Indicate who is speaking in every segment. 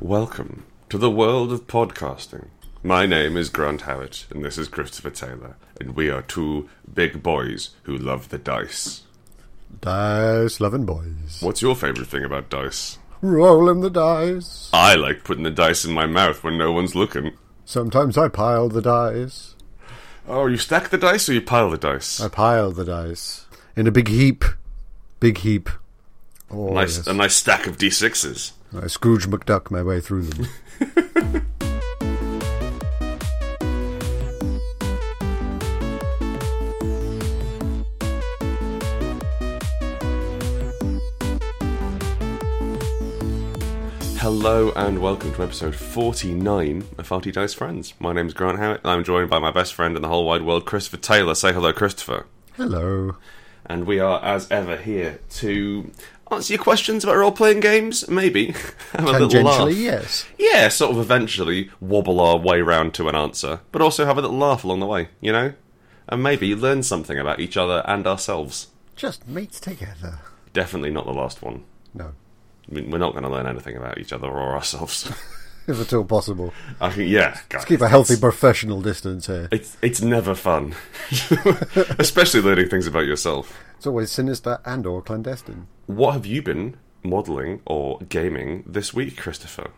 Speaker 1: Welcome to the world of podcasting. My name is Grant Howitt, and this is Christopher Taylor, and we are two big boys who love the dice.
Speaker 2: Dice loving boys.
Speaker 1: What's your favorite thing about dice?
Speaker 2: Rolling the dice.
Speaker 1: I like putting the dice in my mouth when no one's looking.
Speaker 2: Sometimes I pile the dice.
Speaker 1: Oh, you stack the dice or you pile the dice?
Speaker 2: I pile the dice in a big heap. Big heap. Oh,
Speaker 1: nice,
Speaker 2: yes.
Speaker 1: A nice stack of d6s.
Speaker 2: I Scrooge McDuck my way through them.
Speaker 1: Hello and welcome to episode 49 of Farty Dice Friends. My name's Grant Howitt, and I'm joined by my best friend in the whole wide world, Christopher Taylor. Say hello, Christopher.
Speaker 2: Hello.
Speaker 1: And we are, as ever, here to answer your questions about role playing games, maybe. Have a little laugh.
Speaker 2: Tangentially, yes.
Speaker 1: Yeah, sort of eventually wobble our way round to an answer, but also have a little laugh along the way, you know? And maybe learn something about each other and ourselves.
Speaker 2: Just meet together.
Speaker 1: Definitely not the last one.
Speaker 2: No.
Speaker 1: I mean, we're not going to learn anything about each other or ourselves.
Speaker 2: If at all possible.
Speaker 1: I think, yeah, guys,
Speaker 2: Let's keep a healthy professional distance here.
Speaker 1: It's it's never fun, especially learning things about yourself.
Speaker 2: It's always sinister and or clandestine.
Speaker 1: What have you been modelling or gaming this week, Christopher?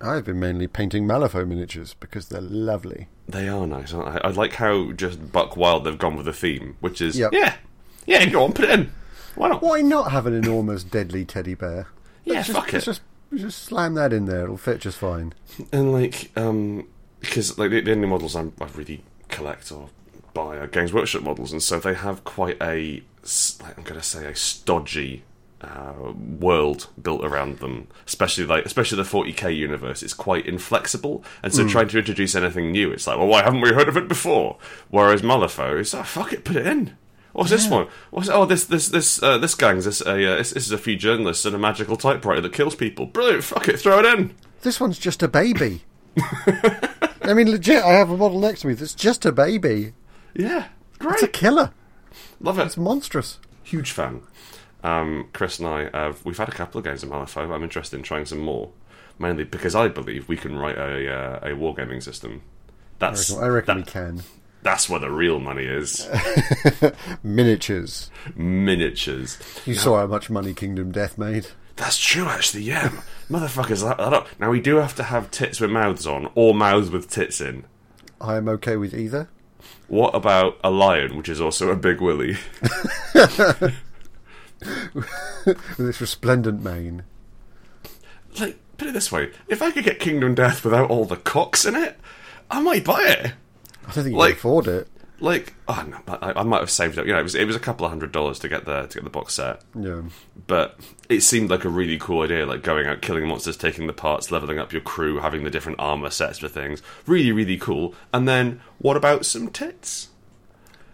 Speaker 2: I've been mainly painting Malifaux miniatures because they're lovely.
Speaker 1: They are nice, aren't they? I like how just buck wild they've gone with the theme, which is
Speaker 2: Yep.
Speaker 1: yeah, yeah, go on, put it in. Why not?
Speaker 2: Why not have an enormous deadly teddy bear?
Speaker 1: Yeah,
Speaker 2: Let's just,
Speaker 1: fuck
Speaker 2: let's
Speaker 1: it.
Speaker 2: Just, let's just slam that in there. It'll fit just fine.
Speaker 1: And like, um, because like the, the only models I'm, I really collect or buy are Games Workshop models, and so they have quite a s- like I'm going to say a stodgy uh, world built around them. Especially like especially the 40k universe, it's quite inflexible, and so trying to introduce anything new, it's like, well, why haven't we heard of it before? Whereas Malifaux is, oh fuck it, put it in. What's this one? What's oh this this this uh, this gang's this uh, yeah, this, this is a few journalists and a magical typewriter that kills people. Brilliant, fuck it, throw it in.
Speaker 2: This one's just a baby. I mean, legit, I have a model next to me that's just a baby.
Speaker 1: Yeah, great.
Speaker 2: It's a killer.
Speaker 1: Love it.
Speaker 2: It's monstrous.
Speaker 1: Huge fan. Um, Chris and I have we've had a couple of games of Malifaux. I'm interested in trying some more, mainly because I believe we can write a uh, a wargaming system. That's
Speaker 2: I reckon we
Speaker 1: that-
Speaker 2: can.
Speaker 1: that's where the real money is.
Speaker 2: Miniatures.
Speaker 1: Miniatures.
Speaker 2: You saw how much money Kingdom Death made.
Speaker 1: That's true, actually. Yeah, motherfuckers. That, that up. Now we do have to have tits with mouths on, or mouths with tits in.
Speaker 2: I am okay with either.
Speaker 1: What about a lion, which is also a big willy?
Speaker 2: With its resplendent mane.
Speaker 1: like put it this way if i could get kingdom death without all the cocks in it i might buy it
Speaker 2: I don't think you
Speaker 1: Like-
Speaker 2: can afford it.
Speaker 1: like oh no, but I, I might have saved up you know it was, it was a couple of hundred dollars to get the to get the box set
Speaker 2: Yeah.
Speaker 1: but it seemed like a really cool idea like going out killing monsters taking the parts leveling up your crew having the different armor sets for things really really cool and then what about some tits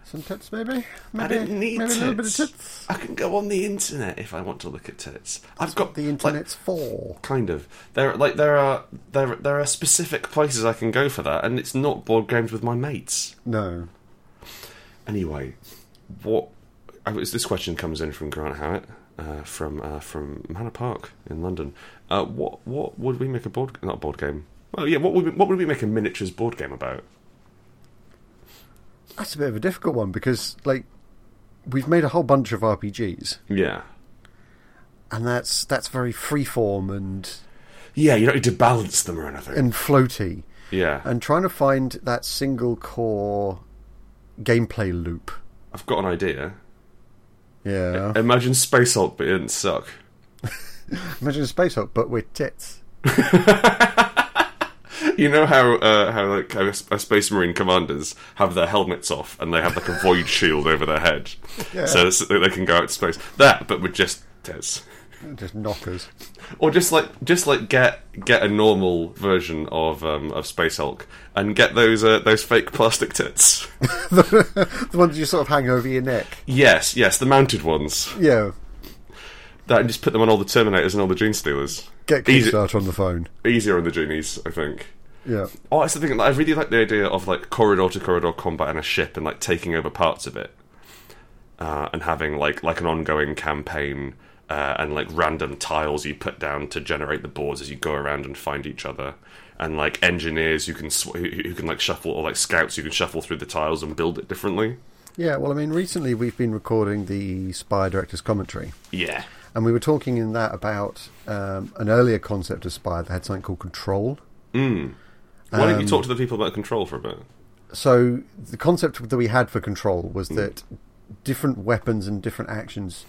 Speaker 2: Some tits, maybe? maybe
Speaker 1: I didn't need
Speaker 2: maybe
Speaker 1: tits.
Speaker 2: a little bit of tits.
Speaker 1: I can go on the internet if I want to look at tits. I've got
Speaker 2: The
Speaker 1: like,
Speaker 2: internet's for.
Speaker 1: kind of there like there are there there are specific places I can go for that and it's not board games with my mates
Speaker 2: No.
Speaker 1: anyway what I was, this question comes in from Grant Howitt uh, from uh, from Manor Park in London uh, what what would we make a board not a board game well yeah what would we, what would we make a miniatures board game about
Speaker 2: That's a bit of a difficult one because, like, we've made a whole bunch of RPGs,
Speaker 1: yeah
Speaker 2: and that's that's very freeform and
Speaker 1: yeah you don't need to balance them or anything
Speaker 2: and floaty.
Speaker 1: yeah
Speaker 2: and trying to find that single core gameplay loop.
Speaker 1: I've got an idea
Speaker 2: Yeah.
Speaker 1: imagine Space Hulk but it didn't suck
Speaker 2: Imagine a space hulk, but with tits.
Speaker 1: You know how uh, how like how uh, space marine commanders have their helmets off and they have like a void shield over their head, so this- that they can go out to space. That, but with just tits,
Speaker 2: Just knockers.
Speaker 1: or just like just like get get a normal version of um, of Space Hulk and get those uh, those fake plastic tits.
Speaker 2: the ones you sort of hang over your neck.
Speaker 1: yes, yes, the mounted ones.
Speaker 2: Yeah.
Speaker 1: That and just put them on all the Terminators and all the Gene Stealers.
Speaker 2: Get
Speaker 1: Easy-
Speaker 2: Kickstarter on the phone.
Speaker 1: easier on the Genies, I think.
Speaker 2: Yeah.
Speaker 1: Oh, that's the thing. like, I really like the idea of like corridor to corridor combat in a ship and like taking over parts of it, uh, and having like like an ongoing campaign uh, and like random tiles you put down to generate the boards as you go around and find each other. And like engineers, who can sw- who who can like shuffle or like scouts, who can shuffle through the tiles and build it differently.
Speaker 2: Yeah, well, I mean, recently we've been recording the Spy Director's Commentary,
Speaker 1: Yeah,
Speaker 2: and we were talking in that about um, an earlier concept of Spy that had something called control.
Speaker 1: Why don't you talk to the people about control for a bit?
Speaker 2: So the concept that we had for control
Speaker 1: Hmm.
Speaker 2: was that different weapons and different actions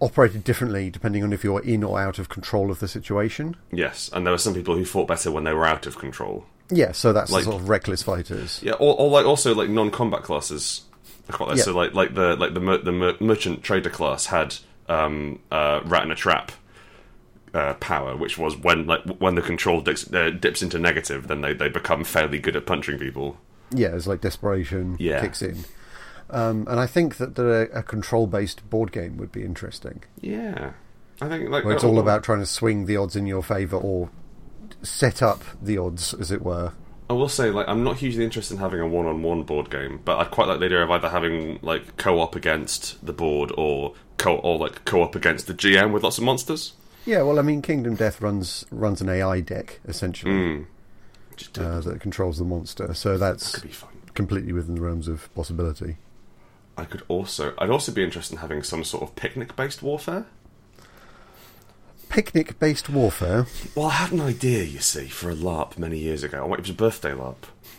Speaker 2: operated differently depending on if you're in or out of control of the situation.
Speaker 1: Yes, and there were some people who fought better when they were out of control.
Speaker 2: Yeah, so that's
Speaker 1: Like-
Speaker 2: the sort of reckless fighters.
Speaker 1: Yeah, or, or like also like non-combat classes. I quite like
Speaker 2: Yeah.
Speaker 1: so like like the like the mer- the mer- merchant trader class had um, uh, rat in a trap uh, power, which was when like when the control dips, uh, dips into negative, then they, they become fairly good at punching people.
Speaker 2: Yeah, it's like desperation
Speaker 1: Yeah.
Speaker 2: kicks in. Um, and I think that the, a control-based board game would be interesting.
Speaker 1: Yeah, I think like
Speaker 2: Where it's
Speaker 1: oh,
Speaker 2: all about trying to swing the odds in your favour or set up the odds, as it were.
Speaker 1: I will say, like, I'm not hugely interested in having a one-on-one board game, but I'd quite like the idea of either having like co-op against the board or co or like co-op against the GM with lots of monsters.
Speaker 2: Yeah, well, I mean, Kingdom Death runs runs an AI deck essentially
Speaker 1: Just do-
Speaker 2: uh, that controls the monster, so that's
Speaker 1: could be fun.
Speaker 2: completely within the realms of possibility.
Speaker 1: I could also, I'd also be interested in having some sort of picnic-based warfare.
Speaker 2: Picnic based warfare.
Speaker 1: Well, I had an idea, you see, for a LARP many years ago. It was a birthday LARP.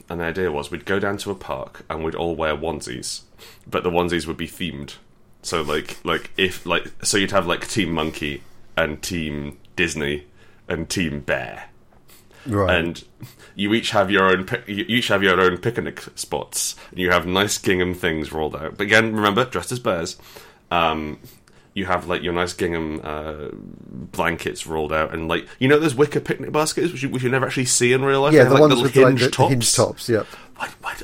Speaker 1: And the idea was we'd go down to a park and we'd all wear onesies, but the onesies would be themed. So like like if like so you'd have like Team Monkey and Team Disney and Team Bear,
Speaker 2: Right.
Speaker 1: and you each have your own pic- you each have your own picnic spots. And you have nice gingham things rolled out. But again, remember, dressed as bears. Um, you have like your nice gingham uh, blankets rolled out, and like you know those wicker picnic baskets which you, which you never actually see in real life.
Speaker 2: yeah,
Speaker 1: They
Speaker 2: the
Speaker 1: have,
Speaker 2: ones
Speaker 1: little
Speaker 2: with like the, the hinge tops, yeah.
Speaker 1: Why, why, do-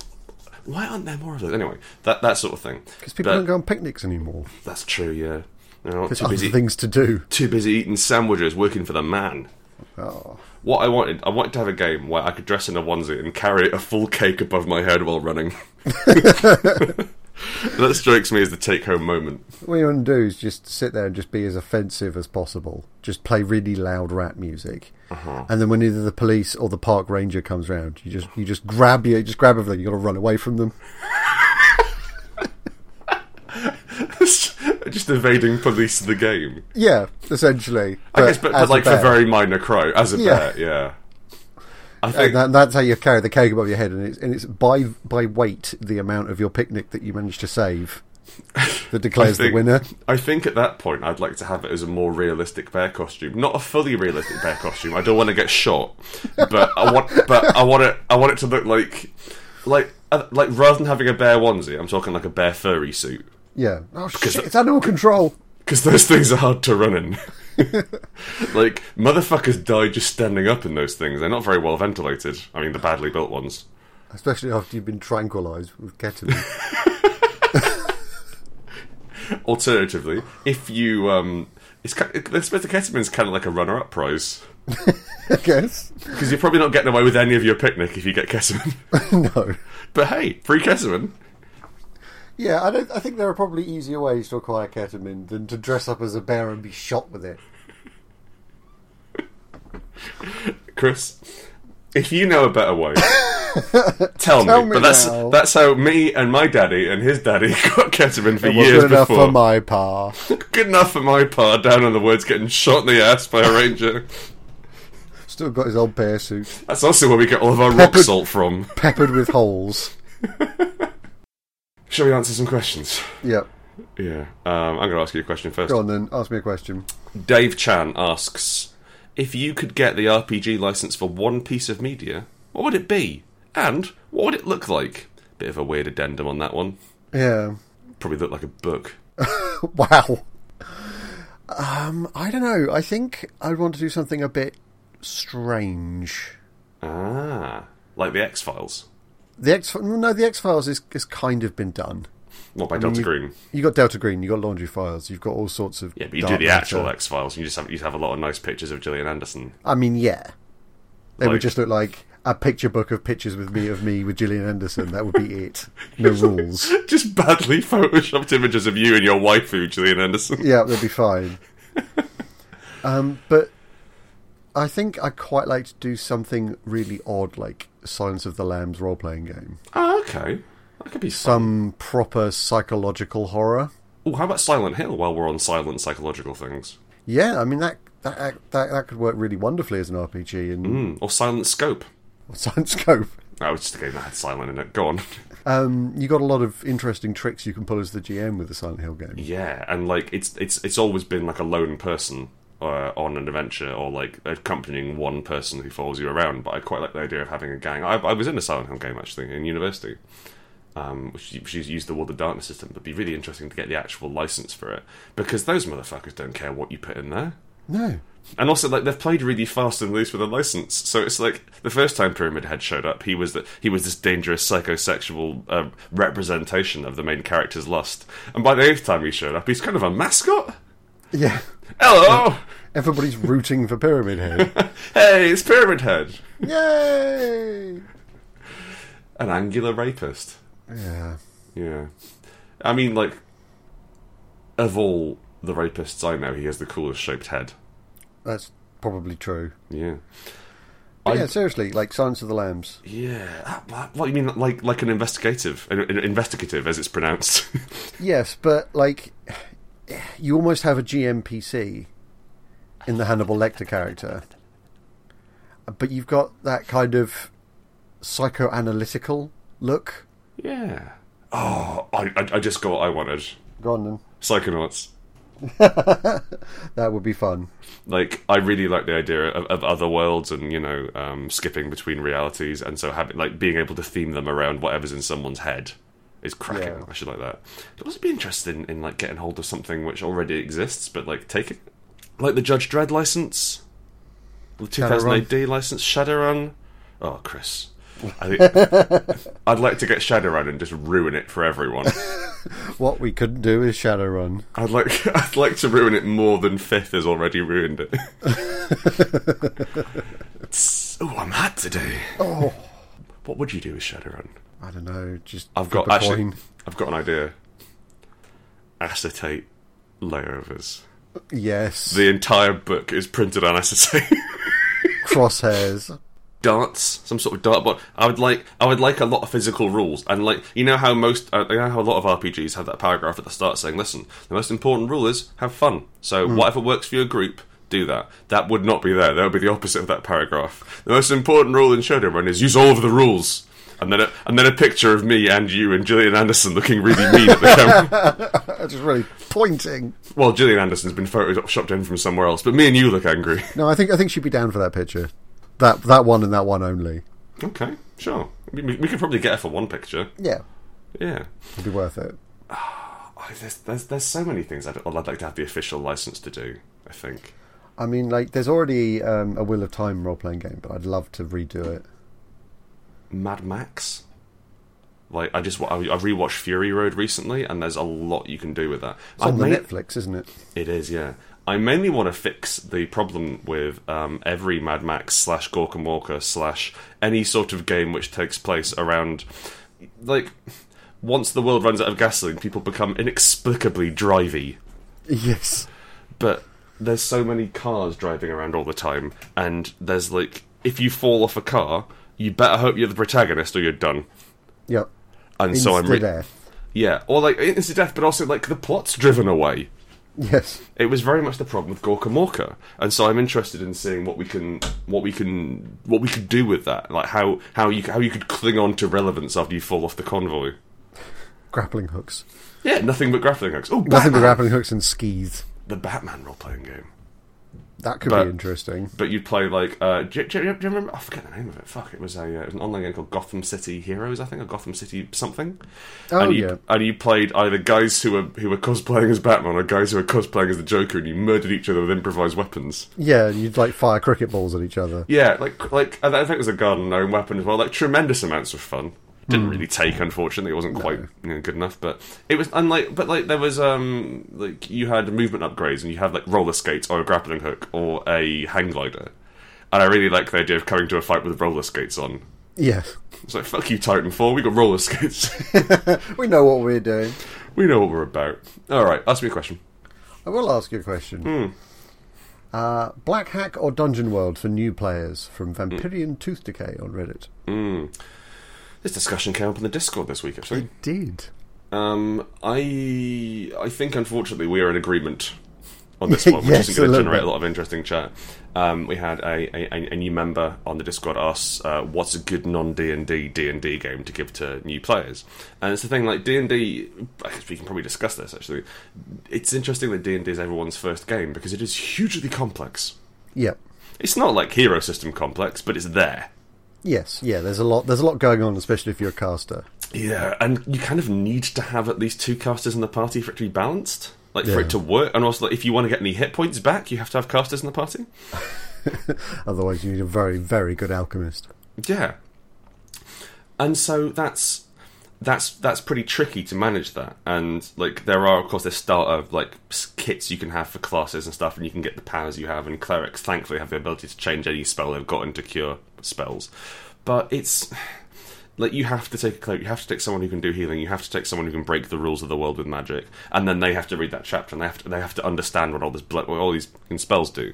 Speaker 1: why aren't there more of those? Anyway, that that sort of thing.
Speaker 2: Because people
Speaker 1: But
Speaker 2: don't go on picnics anymore.
Speaker 1: That's true. Yeah, they're not
Speaker 2: There's
Speaker 1: too
Speaker 2: other
Speaker 1: busy.
Speaker 2: things to do.
Speaker 1: Too busy eating sandwiches, working for the man
Speaker 2: Oh.
Speaker 1: what I wanted, I wanted to have a game where I could dress in a onesie and carry a full cake above my head while running. that strikes me as the take-home moment.
Speaker 2: What you want to do is just sit there and just be as offensive as possible. Just play really loud rap music,
Speaker 1: Uh-huh.
Speaker 2: and then when either the police or the park ranger comes round, you just you just grab you just grab everything. You got to run away from them.
Speaker 1: Just evading police of the game.
Speaker 2: Yeah, essentially.
Speaker 1: I guess, but, but
Speaker 2: as a
Speaker 1: like for
Speaker 2: bear.
Speaker 1: very minor crow, as a
Speaker 2: Yeah.
Speaker 1: bear, yeah. I think
Speaker 2: And Uh, that, that's how you carry the cake above your head, and it's and it's by by weight the amount of your picnic that you manage to save that declares
Speaker 1: think-
Speaker 2: the winner.
Speaker 1: I think at that point I'd like to have it as a more realistic bear costume, not a fully realistic bear costume. I don't want to get shot, but I want, but I want it, I want it to look like, like, uh, like rather than having a bear onesie, I'm talking like a bear furry suit.
Speaker 2: Yeah. Oh shit! It's animal control.
Speaker 1: Because those things are hard to run in. like, motherfuckers die just standing up in those things. They're not very well ventilated. I mean, the badly built ones.
Speaker 2: Especially after you've been tranquilised with ketamine.
Speaker 1: Alternatively, if you. um it's ki- this bit of ketamine's kind of like a runner-up prize
Speaker 2: I guess.
Speaker 1: because you're probably not getting away with any of your picnic if you get ketamine.
Speaker 2: no.
Speaker 1: but hey, free ketamine.
Speaker 2: Yeah, I don't. I think there are probably easier ways to acquire ketamine than to dress up as a bear and be shot with it.
Speaker 1: Chris, if you know a better way, tell,
Speaker 2: Tell
Speaker 1: me.
Speaker 2: me
Speaker 1: But that's
Speaker 2: now.
Speaker 1: that's how me and my daddy and his daddy got ketamine for
Speaker 2: It was
Speaker 1: years
Speaker 2: good enough
Speaker 1: before.
Speaker 2: for my pa.
Speaker 1: Good enough for my part down on the woods getting shot in the ass by a ranger.
Speaker 2: Still got his old bear suit,
Speaker 1: That's also where we get all of our rock
Speaker 2: Peppered-
Speaker 1: salt from.
Speaker 2: peppered with holes.
Speaker 1: Shall we answer some questions?
Speaker 2: Yep.
Speaker 1: Yeah. Um, I'm going to ask you a question first.
Speaker 2: Go on then. Ask me a question.
Speaker 1: Dave Chan asks If you could get the RPG license for one piece of media, what would it be? And what would it look like? Bit of a weird addendum on that one.
Speaker 2: Yeah.
Speaker 1: Probably look like a book.
Speaker 2: Wow. Um, I don't know. I think I'd want to do something a bit strange.
Speaker 1: Ah. Like the X Files.
Speaker 2: The X no, the X Files is is kind of been done.
Speaker 1: Well, by Delta Green.
Speaker 2: You got Delta Green, you got Laundry Files, you've got all sorts of
Speaker 1: Yeah, but you do
Speaker 2: dark
Speaker 1: the actual
Speaker 2: matter.
Speaker 1: X Files, and you just have you have a lot of nice pictures of Gillian Anderson.
Speaker 2: I mean, yeah. They
Speaker 1: Like-
Speaker 2: would just look like a picture book of pictures with me of me with Gillian Anderson. That would be it. No rules.
Speaker 1: Just badly photoshopped images of you and your waifu, Gillian Anderson.
Speaker 2: Yeah, they'd be fine. Um, but I think I quite like to do something really odd, like Silence of the Lambs role playing game.
Speaker 1: Oh, okay. That could be some.
Speaker 2: Some proper psychological horror.
Speaker 1: Oh, how about Silent Hill while we're on silent psychological things?
Speaker 2: Yeah, I mean that that act- that, that could work really wonderfully as an RPG and
Speaker 1: Mm, or Silent Scope.
Speaker 2: Science Scope.
Speaker 1: That was just a game that had silent in it. Go on.
Speaker 2: Um, you got a lot of interesting tricks you can pull as the GM with the Silent Hill game.
Speaker 1: yeah, and like it's it's it's always been like a lone person uh, on an adventure or like accompanying one person who follows you around. But I quite like the idea of having a gang. I, I was in a Silent Hill game actually in university, um, which, u- which used the World of Darkness system. But it'd be really interesting to get the actual license for it because those motherfuckers don't care what you put in there.
Speaker 2: No.
Speaker 1: And also, like they've played really fast and loose with a license, so it's like the first time Pyramid Head showed up, he was the, he was this dangerous psychosexual uh, representation of the main character's lust, and by the eighth time he showed up, he's kind of a mascot.
Speaker 2: Yeah.
Speaker 1: Hello,
Speaker 2: Everybody's rooting for Pyramid Head.
Speaker 1: hey, it's Pyramid Head,
Speaker 2: Yay!
Speaker 1: an angular rapist.
Speaker 2: Yeah.
Speaker 1: Yeah, I mean, like of all the rapists I know, he has the coolest shaped head.
Speaker 2: That's probably true.
Speaker 1: Yeah,
Speaker 2: But
Speaker 1: I-
Speaker 2: yeah, seriously, like Silence of the Lambs.
Speaker 1: yeah. That, that- what do you mean, like like an investigative, an, an investigative as it's pronounced.
Speaker 2: Yes, but like you almost have a GMPC in the Hannibal Lecter character. But you've got that kind of psychoanalytical look.
Speaker 1: Yeah. Oh, I, I, I just got what I wanted.
Speaker 2: Go on then.
Speaker 1: Psychonauts.
Speaker 2: That would be fun.
Speaker 1: Like, I really like the idea of, of other worlds and, you know, um, skipping between realities. And so having, like, being able to theme them around whatever's in someone's head is cracking.
Speaker 2: Yeah.
Speaker 1: I should like that. I'd also be interested in, in, like, getting hold of something which already exists, but, like, take it. Like the Judge Dredd license. The 2008 D license. Shadowrun. Oh, Chris. I think, I'd like to get Shadowrun and just ruin it for everyone.
Speaker 2: What we couldn't do is Shadowrun.
Speaker 1: I'd like I'd like to ruin it more than Fifth has already ruined it. oh, I'm hot today.
Speaker 2: Oh,
Speaker 1: What would you do with Shadowrun?
Speaker 2: I don't know. Just
Speaker 1: I've got
Speaker 2: flip a
Speaker 1: actually,
Speaker 2: coin.
Speaker 1: I've got an idea. Acetate layovers.
Speaker 2: yes,
Speaker 1: The entire book is printed on acetate.
Speaker 2: crosshairs.
Speaker 1: darts, some sort of dartboard. I would like, I would like a lot of physical rules, and like you know how most, uh, you know how a lot of RPGs have that paragraph at the start saying, "Listen, the most important rule is have fun." So whatever works for your group, do that. That would not be there. That would be the opposite of that paragraph. The most important rule in Shadowrun is use all of the rules. And then, a, and then a picture of me and you and Gillian Anderson looking really mean at the camera.
Speaker 2: That's just really pointing.
Speaker 1: well, Gillian Anderson's been photoshopped in from somewhere else, but me and you look angry.
Speaker 2: No, I think I think she'd be down for that picture. That that one and that one only.
Speaker 1: okay, sure. We, we we could probably get her for one picture.
Speaker 2: Yeah,
Speaker 1: Yeah.
Speaker 2: it'd be worth it.
Speaker 1: Oh, there's, there's there's so many things I'd, I'd like to have the official license to do. I think.
Speaker 2: I mean, like, there's already um, a Wheel of Time role playing game, but I'd love to redo it.
Speaker 1: Mad Max. Like I just wa- I, I rewatched Fury Road recently, and there's a lot you can do with that.
Speaker 2: It's on
Speaker 1: I
Speaker 2: the
Speaker 1: main-
Speaker 2: Netflix, isn't it?
Speaker 1: It is, yeah. I mainly want to fix the problem with um, every Mad Max slash Gork and Walker slash any sort of game which takes place around, like, once the world runs out of gasoline, people become inexplicably drivey.
Speaker 2: Yes.
Speaker 1: but there's so many cars driving around all the time, and there's like if you fall off a car, you better hope you're the protagonist or you're done.
Speaker 2: Yep.
Speaker 1: And so I'm
Speaker 2: Insta
Speaker 1: re-
Speaker 2: death.
Speaker 1: yeah, or like instant death, but also like the plot's driven away.
Speaker 2: Yes.
Speaker 1: It was very much the problem with Gorka Morka, and so I'm interested in seeing what we can, what we can, what we could do with that, like how how you how you could cling on to relevance after you fall off the convoy.
Speaker 2: Grappling hooks.
Speaker 1: Yeah, nothing but grappling hooks. Oh,
Speaker 2: Nothing but
Speaker 1: Batman.
Speaker 2: grappling hooks and skis.
Speaker 1: the Batman role playing game.
Speaker 2: That could
Speaker 1: But-
Speaker 2: be interesting.
Speaker 1: but you'd play like uh, do, you- do, you- do you remember? I forget the name of it. Fuck, it was a uh, it was an online game called Gotham City Heroes, I think, or Gotham City something.
Speaker 2: Oh,
Speaker 1: and you,
Speaker 2: yeah.
Speaker 1: And you played either guys who were who were cosplaying as Batman or guys who were cosplaying as the Joker, and you murdered each other with improvised weapons.
Speaker 2: Yeah, you'd like fire cricket balls at each other.
Speaker 1: Yeah, like like I think it was a garden gnome weapon as well. Like tremendous amounts of fun. Didn't really take, unfortunately. It wasn't quite you know, good enough, but it was. And like, but like there was um like you had movement upgrades, and you had like roller skates or a grappling hook or a hang glider. And I really like the idea of coming to a fight with roller skates on.
Speaker 2: Yes.
Speaker 1: It's like fuck you, Titanfall. We got roller skates.
Speaker 2: We know what we're doing.
Speaker 1: we know what we're about. All right, ask me a question.
Speaker 2: I will ask you a question.
Speaker 1: Hmm.
Speaker 2: Uh, Black Hack or Dungeon World for new players from
Speaker 1: Hmm.
Speaker 2: Vampirian Tooth Decay on Reddit.
Speaker 1: This discussion came up in the Discord this week, actually.
Speaker 2: did.
Speaker 1: Um, I I think unfortunately we are in agreement on this
Speaker 2: Yeah,
Speaker 1: one, which
Speaker 2: yes,
Speaker 1: isn't going
Speaker 2: a
Speaker 1: to
Speaker 2: little
Speaker 1: generate
Speaker 2: bit.
Speaker 1: a lot of interesting chat. Um, we had a, a, a new member on the Discord ask, uh, "What's a good non D and D D and D game to give to new players?" And it's the thing like D and D. I guess we can probably discuss this actually. It's interesting that D and D is everyone's first game because it is hugely complex.
Speaker 2: Yep.
Speaker 1: It's not like Hero System complex, but it's there.
Speaker 2: Yes. Yeah. There's a lot. There's a lot going on, especially if you're a caster.
Speaker 1: Yeah, and you kind of need to have at least two casters in the party for it to be balanced, like for
Speaker 2: Yeah.
Speaker 1: it to work. And also, like, if you want to get any hit points back, you have to have casters in the party.
Speaker 2: Otherwise, you need a very, very good alchemist.
Speaker 1: Yeah, and so that's that's that's pretty tricky to manage that. And like, there are of course there's starter like s- kits you can have for classes and stuff, and you can get the powers you have. And clerics thankfully have the ability to change any spell they've got into cure spells, but it's. like you have to take a cleric, you have to take someone who can do healing, you have to take someone who can break the rules of the world with magic, and then they have to read that chapter and they have to, they have to understand what all this blood, what all these fucking spells do,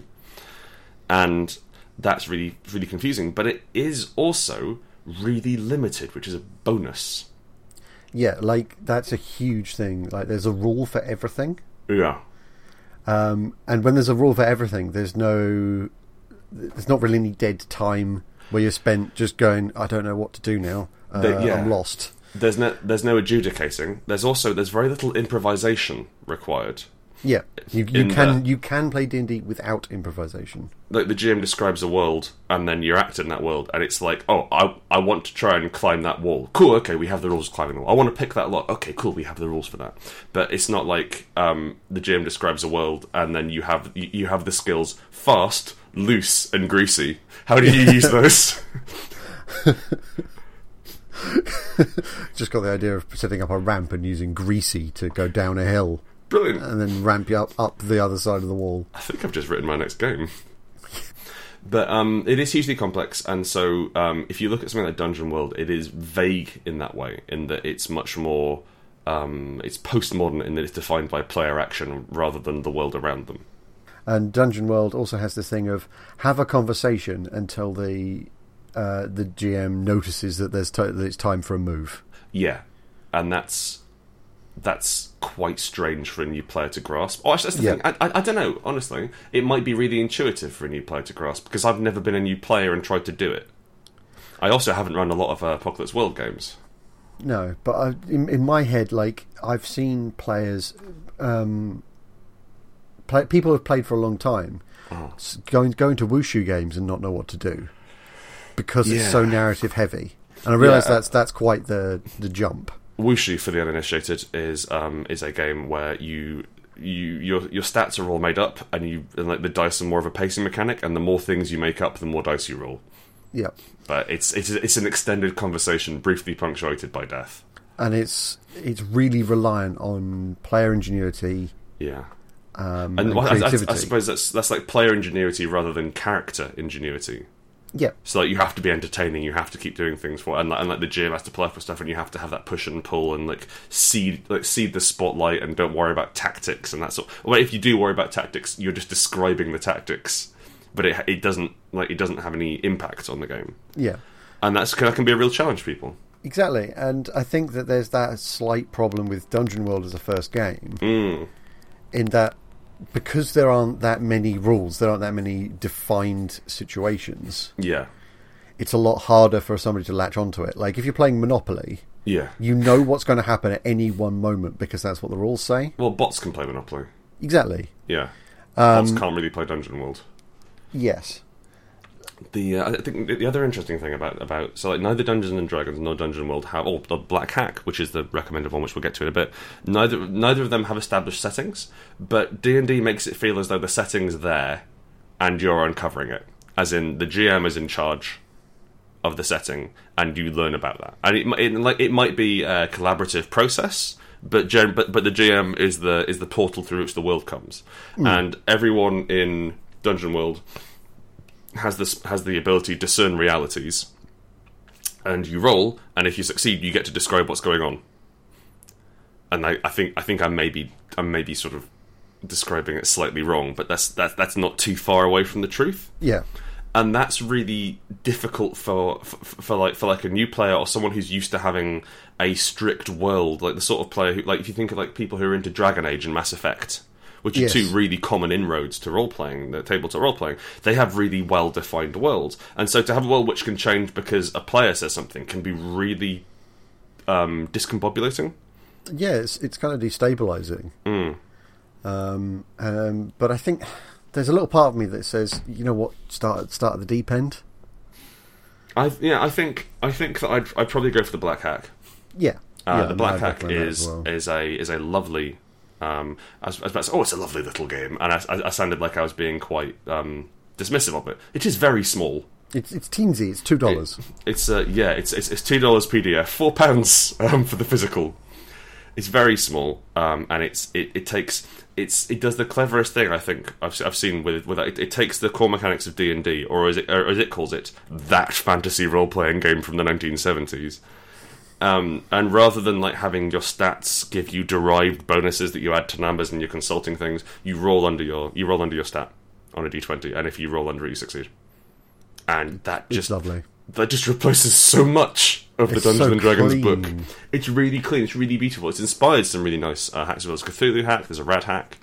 Speaker 1: and that's really really confusing. But it is also really limited, which is a bonus.
Speaker 2: Yeah. Like that's a huge thing. Like there's a rule for everything.
Speaker 1: Yeah,
Speaker 2: Um, and when there's a rule for everything, there's no, there's not really any dead time where you're spent just going, I don't know what to do now. Uh,
Speaker 1: The- yeah.
Speaker 2: I'm lost.
Speaker 1: there's no there's no adjudicating. There's also there's very little improvisation required.
Speaker 2: Yeah, you, you
Speaker 1: In
Speaker 2: can you can play D and D without improvisation.
Speaker 1: like the GM describes a world, and then you're acting that world, and it's like, oh, I I want to try and climb that wall. Cool, okay, we have the rules of climbing the wall. I want to pick that lock. Okay, cool, we have the rules for that. But it's not like um, the GM describes a world, and then you have you, you have the skills fast, loose, and greasy. How do you use those?
Speaker 2: Just got the idea of setting up a ramp and using greasy to go down a hill
Speaker 1: Brilliant.
Speaker 2: and then ramp you up up the other side of the wall.
Speaker 1: I think I've just written my next game. But um, it is hugely complex, and so um, if you look at something like Dungeon World, it is vague in that way, in that it's much more um, it's postmodern in that it's defined by player action rather than the world around them.
Speaker 2: And Dungeon World also has this thing of have a conversation until the uh, the GM notices that there's to- that it's time for a move.
Speaker 1: Yeah, and that's that's quite strange for a new player to grasp. Oh, actually, that's the
Speaker 2: Yeah.
Speaker 1: thing. I, I, I don't know. Honestly, it might be really intuitive for a new player to grasp because I've never been a new player and tried to do it. I also haven't run a lot of uh, Apocalypse World games.
Speaker 2: No, but I, in, in my head, like I've seen players, um, play, people who've played for a long time,
Speaker 1: Oh.
Speaker 2: s going going to wushu games and not know what to do because it's so
Speaker 1: Yeah.
Speaker 2: narrative heavy. And I realise
Speaker 1: Yeah.
Speaker 2: that's that's quite the the jump.
Speaker 1: Wushu for the uninitiated is um, is a game where you you your your stats are all made up and you and like the dice are more of a pacing mechanic and the more things you make up the more dice you roll.
Speaker 2: Yeah,
Speaker 1: But it's it's it's an extended conversation briefly punctuated by death.
Speaker 2: and it's it's really reliant on player ingenuity
Speaker 1: Yeah.
Speaker 2: um, and,
Speaker 1: And, well, I, I-
Speaker 2: creativity.
Speaker 1: I suppose that's that's like player ingenuity rather than character ingenuity.
Speaker 2: yeah,
Speaker 1: So like you have to be entertaining, you have to keep doing things for, and like, and like the GM has to play for stuff, and you have to have that push and pull, and like seed like seed the spotlight, and don't worry about tactics and that sort. Well, if you do worry about tactics, you're just describing the tactics, but it it doesn't like it doesn't have any impact on the game,
Speaker 2: yeah.
Speaker 1: and that's that can be a real challenge for people.
Speaker 2: Exactly, and I think that there's that slight problem with Dungeon World as a first game,
Speaker 1: Hmm.
Speaker 2: in that because there aren't that many rules, there aren't that many defined situations.
Speaker 1: Yeah,
Speaker 2: It's a lot harder for somebody to latch onto it. Like if you're playing Monopoly,
Speaker 1: yeah.
Speaker 2: you know what's going to happen at any one moment because that's what the rules say.
Speaker 1: Well, bots can play Monopoly.
Speaker 2: Exactly.
Speaker 1: Yeah, bots can't really play Dungeon World.
Speaker 2: Yes.
Speaker 1: the uh, I think the other interesting thing about about so like neither Dungeons and Dragons nor Dungeon World have or the Black Hack, which is the recommended one, which we'll get to in a bit. Neither neither of them have established settings, but D and D makes it feel as though the setting's there, and you're uncovering it. As in, the GM is in charge of the setting, and you learn about that. And it, mi- it like it might be a collaborative process, but gen, but but the GM is the is the portal through which the world comes, and everyone in Dungeon World has this has the ability to discern realities, and you roll, and if you succeed, you get to describe what's going on. And I, I think I think I may be I may be sort of describing it slightly wrong, but that's that's that's not too far away from the truth.
Speaker 2: Yeah.
Speaker 1: and that's really difficult for, for for like for like a new player or someone who's used to having a strict world, like the sort of player who like if you think of like people who are into Dragon Age and Mass Effect, which are
Speaker 2: Yes.
Speaker 1: two really common inroads to role playing, the tabletop role playing, they have really well defined worlds, and so to have a world which can change because a player says something can be really um, discombobulating.
Speaker 2: yeah, it's it's kind of destabilizing.
Speaker 1: Hmm.
Speaker 2: Um, um, but I think there's a little part of me that says, you know what, start at- start at the deep end.
Speaker 1: I yeah, I think I think that I'd I'd probably go for the black hack.
Speaker 2: Yeah,
Speaker 1: Uh,
Speaker 2: yeah,
Speaker 1: the
Speaker 2: no,
Speaker 1: Black
Speaker 2: I'd
Speaker 1: Hack
Speaker 2: recommend that as
Speaker 1: is
Speaker 2: well.
Speaker 1: is a is a lovely. Um, I was, I was about to say, oh, it's a lovely little game, and I, I, I sounded like I was being quite um, dismissive of it. It is very small.
Speaker 2: it's it's teensy. It's two dollars.
Speaker 1: It's uh, yeah, it's it's, it's two dollars PDF, four pounds um, for the physical. It's very small, um, and it's it, it takes it's it does the cleverest thing I think I've, se- I've seen with with that. It, it takes the core mechanics of D and D, or as it or as it calls it, that fantasy role playing game from the nineteen seventies. Um, and rather than like having your stats give you derived bonuses that you add to numbers and your consulting things, you roll under your you roll under your stat on a d twenty, and if you roll under it, you succeed. And that
Speaker 2: It's
Speaker 1: just
Speaker 2: lovely.
Speaker 1: that just replaces so much of the
Speaker 2: It's
Speaker 1: Dungeons
Speaker 2: so
Speaker 1: and Dragons book.
Speaker 2: clean.
Speaker 1: It's really clean. It's really beautiful. It's inspired some really nice uh, hacks. as well. There's Cthulhu hack. There's a Rad hack.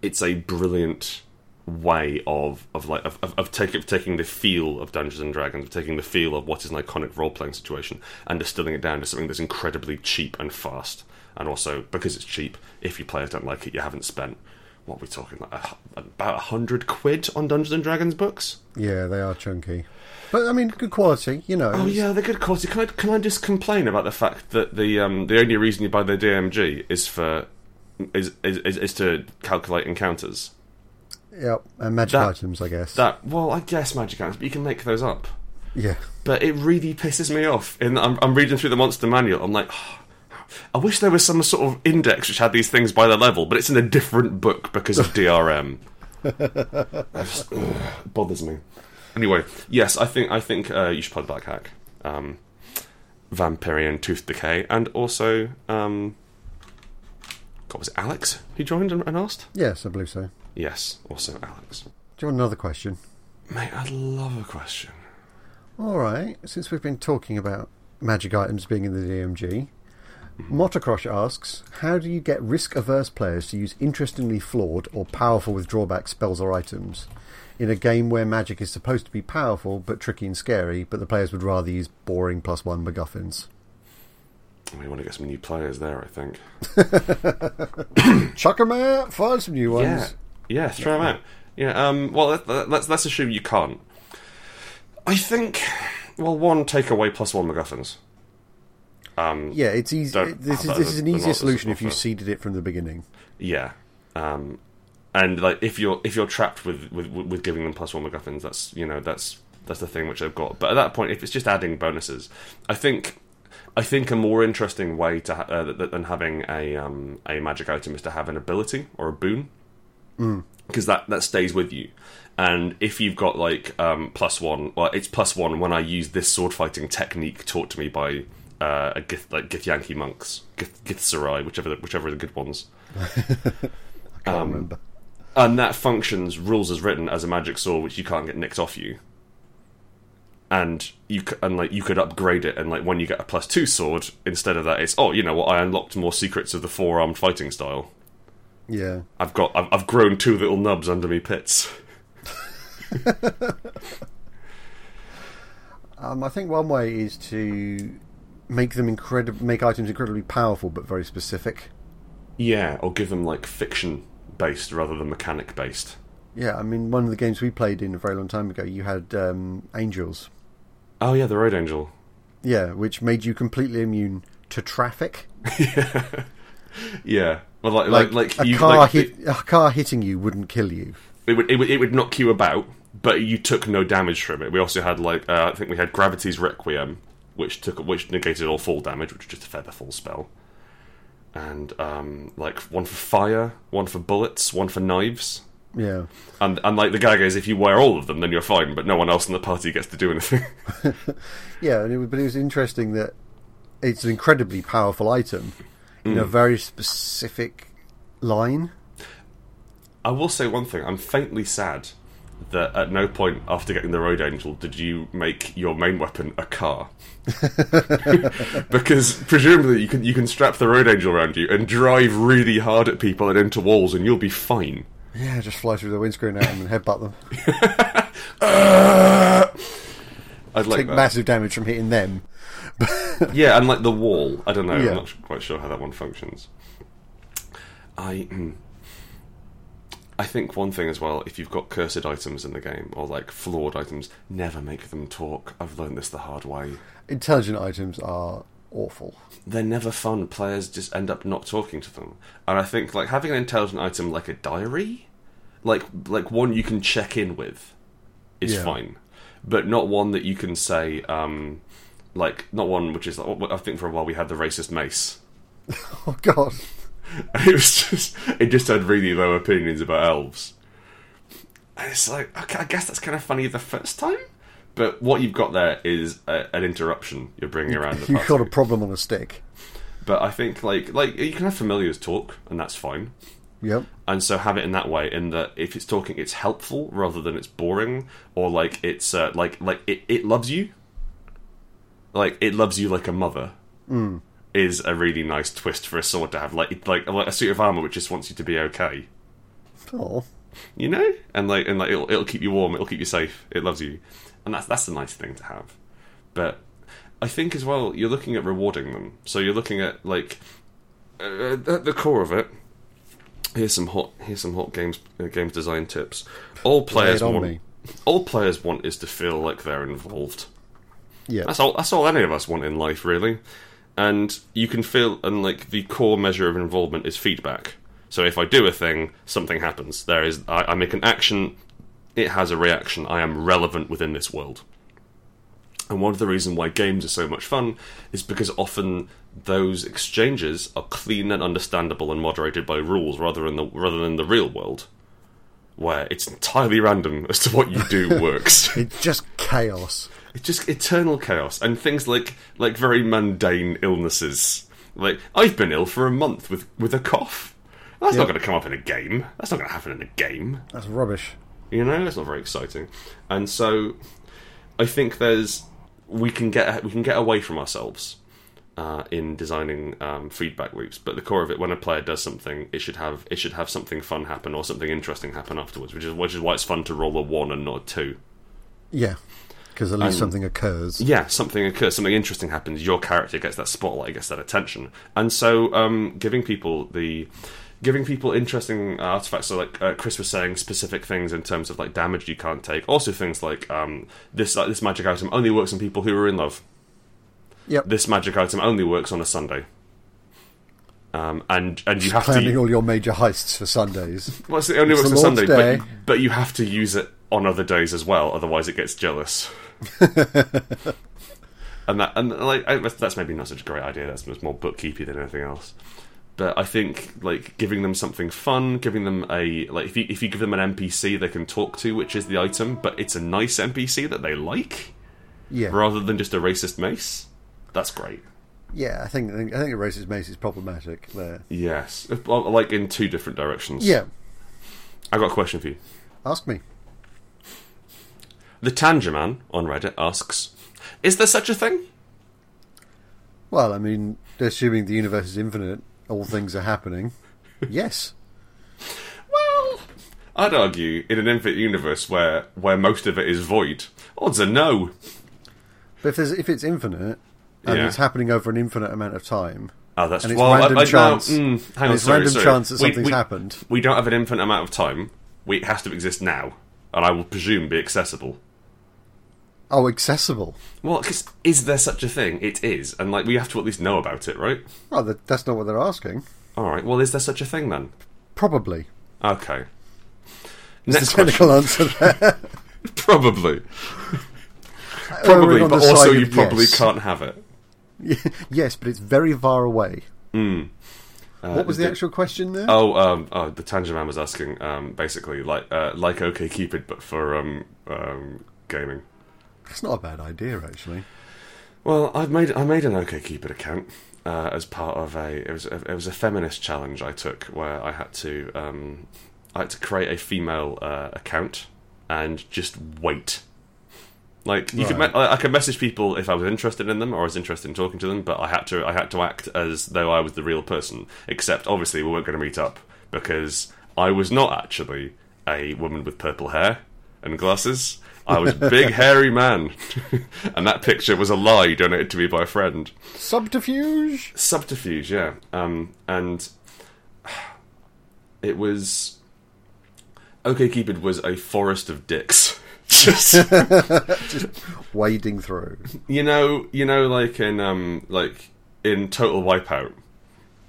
Speaker 1: It's a brilliant way of of like of, of, of, take, of taking the feel of Dungeons and Dragons, of taking the feel of what is an iconic role playing situation, and distilling it down to something that's incredibly cheap and fast. And also because it's cheap, if your players don't like it, you haven't spent what are we talking like a, hu- about a hundred quid on Dungeons and Dragons books.
Speaker 2: Yeah, they are chunky, but I mean, good quality. You know.
Speaker 1: Oh
Speaker 2: it's-
Speaker 1: yeah, they're good quality. Can I can I just complain about the fact that the um, the only reason you buy the DMG is for is is, is, is to calculate encounters.
Speaker 2: Yep, and magic
Speaker 1: That-
Speaker 2: items, I guess.
Speaker 1: That well, I guess magic items, but you can make those up.
Speaker 2: yeah,
Speaker 1: But it really pisses me off. And I'm I'm reading through the monster manual. I'm like. I wish there was some sort of index which had these things by their level, but it's in a different book because of DRM. That just, ugh, bothers me. Anyway, yes, I think I think uh, you should play the Black Hack, um, Vampirian Tooth Decay, and also, um, God, was it Alex who joined and, and asked?
Speaker 2: yes, I believe so.
Speaker 1: Yes, also Alex.
Speaker 2: Do you want another question?
Speaker 1: Mate, I'd love a question.
Speaker 2: All right. Since we've been talking about magic items being in the DMG, Motocross asks, how do you get risk-averse players to use interestingly flawed or powerful with drawback spells or items in a game where magic is supposed to be powerful but tricky and scary, but the players would rather use boring plus one MacGuffins?
Speaker 1: We want to get some new players there, I think.
Speaker 2: Chuck 'em out, find some new ones.
Speaker 1: Yeah, yeah, throw them out. Yeah. Um, well, let, let- let's let's assume you can't. I think. Well, one take away plus one MacGuffins. Um,
Speaker 2: Yeah, it's easy.
Speaker 1: Don't-
Speaker 2: This is
Speaker 1: that
Speaker 2: this
Speaker 1: is
Speaker 2: is an
Speaker 1: not
Speaker 2: easier
Speaker 1: as
Speaker 2: solution if you
Speaker 1: awful.
Speaker 2: seeded it from the beginning.
Speaker 1: yeah. Um, and like if you're if you're trapped with with, with giving them plus one MacGuffins, that's you know that's that's the thing which they've got. But at that point, if it's just adding bonuses, I think. I think a more interesting way to ha- uh, th- th- than having a um, a magic item is to have an ability or a boon. because that that stays with you. And if you've got like um, plus one, well, it's plus one when I use this sword fighting technique taught to me by uh, a Gith, like Githyanki monks, Gith, Githzerai, whichever the, whichever are the good ones.
Speaker 2: I can't remember.
Speaker 1: And that functions rules as written as a magic sword, which you can't get nicked off you. And you c- and like you could upgrade it, and like when you get a plus two sword, instead of that, it's oh, you know what? I unlocked more secrets of the four armed fighting style.
Speaker 2: Yeah.
Speaker 1: I've got I've, I've grown two little nubs under me pits.
Speaker 2: Um, I think one way is to make them incredible, make items incredibly powerful but very specific.
Speaker 1: Yeah, or give them like fiction based rather than mechanic based.
Speaker 2: Yeah, I mean, one of the games we played in a very long time ago, you had um, angels.
Speaker 1: Oh yeah, the Road Angel.
Speaker 2: Yeah, which made you completely immune to traffic.
Speaker 1: Yeah, well, like like like,
Speaker 2: a
Speaker 1: you
Speaker 2: car
Speaker 1: like,
Speaker 2: hit,
Speaker 1: It,
Speaker 2: a car hitting you wouldn't kill you.
Speaker 1: it would, it would it would knock you about, but you took no damage from it. We also had like uh, I think we had Gravity's Requiem, which took which negated all fall damage, which was just a feather fall spell. And um, like one for fire, one for bullets, one for knives,
Speaker 2: Yeah,
Speaker 1: and and like the gag is if you wear all of them, then you're fine. But no one else in the party gets to do anything.
Speaker 2: yeah, and it, was- but it was interesting that it's an incredibly
Speaker 1: Mm.
Speaker 2: powerful item in a very specific line.
Speaker 1: I will say one thing. I'm faintly sad that at no point after getting the Road Angel did you make your main weapon a car, because presumably you can you can strap the Road Angel around you and drive really hard at people and into walls and you'll be fine.
Speaker 2: Yeah, just fly through the windscreen at them and headbutt them.
Speaker 1: I'd like
Speaker 2: Take
Speaker 1: that.
Speaker 2: massive damage from hitting them.
Speaker 1: Yeah, and like the wall. I don't know.
Speaker 2: Yeah.
Speaker 1: I'm not quite sure how that one functions. I, mm. I think one thing as well. If you've got cursed items in the game or like flawed items, never make them talk. I've learned this the hard way.
Speaker 2: Intelligent items are awful.
Speaker 1: They're never fun. Players just end up not talking to them. And I think like having an intelligent item like a diary, like like one you can check in with, is
Speaker 2: Yeah.
Speaker 1: fine. But not one that you can say, um, like not one which is like what- I think for a while we had the racist mace.
Speaker 2: Oh god.
Speaker 1: it was just it just had really low opinions about elves. And it's like okay, I guess that's kind of funny the first time, but what you've got there is a, an interruption you're bringing around. The
Speaker 2: You've got a
Speaker 1: party.
Speaker 2: problem on a stick.
Speaker 1: but I think like like you can have familiars talk, and that's fine.
Speaker 2: Yep.
Speaker 1: And so have it in that way, in that if it's talking, it's helpful rather than it's boring, or like it's uh, like like it, it loves you, like it loves you like a mother, is a really nice twist for a sword to have, like like like a suit of armor which just wants you to be okay.
Speaker 2: Oh.
Speaker 1: you know, and like and like it'll, it'll keep you warm, it'll keep you safe, it loves you, and that's that's a nice thing to have. But I think as well, you're looking at rewarding them, so you're looking at like uh, at the core of it. Here's some hot here's some hot games uh, games design tips. All players
Speaker 2: it on
Speaker 1: want
Speaker 2: me.
Speaker 1: all players want is to feel like they're involved.
Speaker 2: Yeah.
Speaker 1: That's all. That's all any of us want in life, really. And you can feel, and like the core measure of involvement is feedback. So if I do a thing, something happens. There is, I, I make an action, it has a reaction. I am relevant within this world. And one of the reasons why games are so much fun is because often those exchanges are clean and understandable and moderated by rules rather than the rather than the real world, where it's entirely random as to what you do works.
Speaker 2: It's just chaos.
Speaker 1: It's just eternal chaos and things like like very mundane illnesses. Like I've been ill for a month with with a cough. That's not
Speaker 2: Yeah.
Speaker 1: going to come up in a game. That's not going to happen in a game.
Speaker 2: That's rubbish.
Speaker 1: You know, it's not very exciting. And so, I think there's we can get we can get away from ourselves uh, in designing um, feedback loops. But the core of it, when a player does something, it should have it should have something fun happen or something interesting happen afterwards. Which is which is why it's fun to roll a one and not a two.
Speaker 2: Yeah. Because at least something occurs.
Speaker 1: yeah, something occurs, something interesting happens. Your character gets that spotlight, gets that attention, and so um, giving people the giving people interesting uh, artifacts. So, like uh, Chris was saying, specific things in terms of like damage you can't take. Also, things like um, this uh, this magic item only works on people who are in love.
Speaker 2: Yep.
Speaker 1: This magic item only works on a Sunday. Um, and and you have
Speaker 2: Planning
Speaker 1: to.
Speaker 2: all your major heists for Sundays.
Speaker 1: Well, it's the only
Speaker 2: It's
Speaker 1: works
Speaker 2: the
Speaker 1: on Sunday,
Speaker 2: Lord's
Speaker 1: but,
Speaker 2: Day.
Speaker 1: but you have to use it on other days as well. Otherwise, it gets jealous. and that and like I, that's maybe not such a great idea. That's just more bookkeepy than anything else. But I think like giving them something fun, giving them a like if you if you give them an NPC they can talk to, which is the item, but it's a nice NPC that they like,
Speaker 2: Yeah.
Speaker 1: rather than just a racist mace. That's great.
Speaker 2: Yeah, I think I think, I think the racist mace is problematic there.
Speaker 1: Yes, Well, like in two different directions.
Speaker 2: Yeah.
Speaker 1: I got a question for you.
Speaker 2: Ask me.
Speaker 1: The Tangerman on Reddit asks, "Is there such a thing?"
Speaker 2: Well, I mean, assuming the universe is infinite, all things are happening. Yes.
Speaker 1: Well, I'd argue in an infinite universe where where most of it is void, odds are no.
Speaker 2: But if there's if it's infinite and
Speaker 1: Yeah.
Speaker 2: it's happening over an infinite amount of time,
Speaker 1: Oh, that's
Speaker 2: and it's
Speaker 1: well, I-
Speaker 2: random
Speaker 1: I- no,
Speaker 2: chance,
Speaker 1: mm, hang
Speaker 2: and
Speaker 1: on,
Speaker 2: it's
Speaker 1: sorry,
Speaker 2: random
Speaker 1: sorry.
Speaker 2: chance that
Speaker 1: We-
Speaker 2: something's
Speaker 1: we,
Speaker 2: happened.
Speaker 1: We don't have an infinite amount of time. We, it has to exist now, and I will presume be accessible.
Speaker 2: Oh, accessible.
Speaker 1: Well, 'cause is there such a thing? It is, and like we have to at least know about it, right?
Speaker 2: Well, Oh, that, that's not what they're asking.
Speaker 1: All right. Well, is there such a thing then?
Speaker 2: Probably.
Speaker 1: Okay.
Speaker 2: The
Speaker 1: Next question.
Speaker 2: technical answer there.
Speaker 1: Probably,
Speaker 2: Erring
Speaker 1: probably,
Speaker 2: on
Speaker 1: but
Speaker 2: the
Speaker 1: also
Speaker 2: side
Speaker 1: you
Speaker 2: of
Speaker 1: probably
Speaker 2: yes.
Speaker 1: can't have it.
Speaker 2: yes, but it's very far away.
Speaker 1: Uh,
Speaker 2: What was the
Speaker 1: did-
Speaker 2: actual question there?
Speaker 1: Oh, um, oh, the Tangent Man was asking, um, basically, like, uh, like OK Cupid, but for um, um, gaming.
Speaker 2: That's not a bad idea, actually.
Speaker 1: Well, I've made I made an OK Cupid account uh, as part of a it was a, it was a feminist challenge I took where I had to um, I had to create a female uh, account and just wait. Like you could, me-
Speaker 2: Right.
Speaker 1: I I could message people if I was interested in them or I was interested in talking to them, but I had to, I had to act as though I was the real person. Except obviously we weren't going to meet up because I was not actually a woman with purple hair and glasses. I was a big hairy man, and that picture was a lie donated to me by a friend
Speaker 2: Subterfuge.
Speaker 1: subterfuge, yeah. Um, and it was OK Cupid was a forest of dicks. Just
Speaker 2: Wading through.
Speaker 1: you know, you know, like in um, like in Total Wipeout,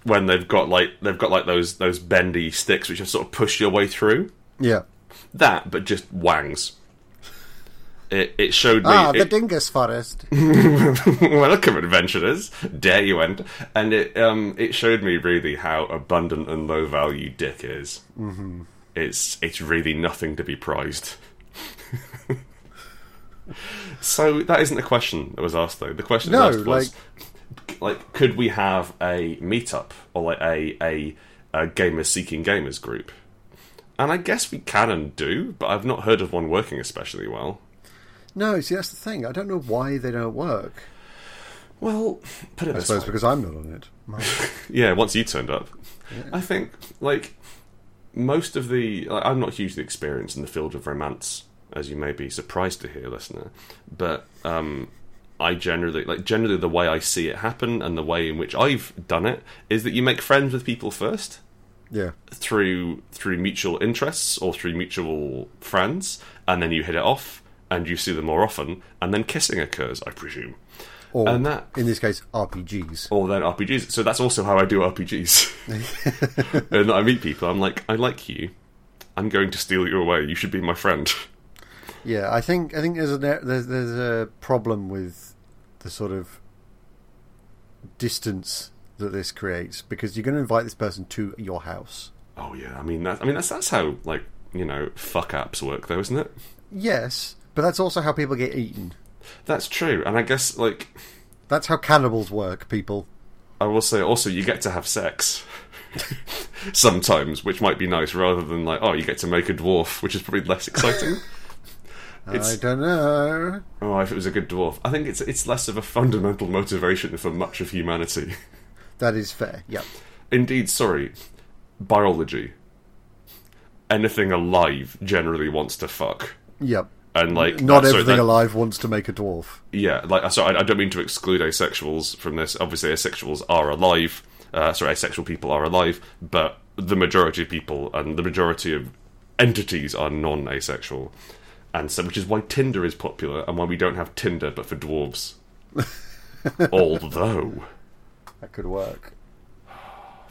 Speaker 1: when they've got like they've got like those those bendy sticks which just sort of push your way through
Speaker 2: Yeah.
Speaker 1: that, but just wangs. It, it showed me.
Speaker 2: Ah, the
Speaker 1: it-
Speaker 2: Dingus Forest.
Speaker 1: Welcome, adventurers. Dare you end? And it um it showed me really how abundant and low value dick is. Mm-hmm. It's it's really nothing to be prized. so that isn't the question that was asked though. The question
Speaker 2: No,
Speaker 1: that was asked was like could we have a meetup or like a a, a gamers seeking gamers group? And I guess we can and do, but I've not heard of one working especially well.
Speaker 2: No, see, that's the thing. I don't know why they don't work.
Speaker 1: Well, put it
Speaker 2: I
Speaker 1: this
Speaker 2: suppose
Speaker 1: way.
Speaker 2: because I'm not on it. My-
Speaker 1: yeah, once you turned up, I think like most of the like, I'm not hugely experienced in the field of romance, as you may be surprised to hear, listener. But um, I generally like generally the way I see it happen and the way in which I've done it is that you make friends with people first
Speaker 2: Yeah.
Speaker 1: through through mutual interests or through mutual friends, and then you hit it off and you see them more often, and then kissing occurs, I presume.
Speaker 2: Or
Speaker 1: And that-
Speaker 2: in this case, RPGs.
Speaker 1: or then RPGs. So that's also how I do RPGs. and Uh, I meet people. I'm like, I like you. I'm going to steal you away. You should be my friend.
Speaker 2: Yeah, I think I think there's a there's there's a problem with the sort of distance that this creates because you're going to invite this person to your house.
Speaker 1: Oh yeah. I mean that. I mean that's that's how like you know fuck apps work though, isn't it?
Speaker 2: Yes, but that's also how people get eaten.
Speaker 1: That's true. And I guess like
Speaker 2: That's how cannibals work, people.
Speaker 1: I will say also you get to have sex sometimes, which might be nice rather than like oh you get to make a dwarf, which is probably less exciting.
Speaker 2: I
Speaker 1: It's-
Speaker 2: don't know.
Speaker 1: oh, if it was a good dwarf, I think it's it's less of a fundamental motivation for much of humanity.
Speaker 2: That is fair. Yep.
Speaker 1: Indeed, sorry. Biology. Anything alive generally wants to fuck.
Speaker 2: Yep.
Speaker 1: And like
Speaker 2: Not
Speaker 1: that- sorry,
Speaker 2: everything
Speaker 1: that-
Speaker 2: alive wants to make a dwarf.
Speaker 1: Yeah, like uh, sorry, I, I don't mean to exclude asexuals from this. Obviously, asexuals are alive. Uh, sorry, asexual people are alive, but the majority of people and the majority of entities are non-asexual, and so which is why Tinder is popular and why we don't have Tinder but for dwarves. Although,
Speaker 2: That could work.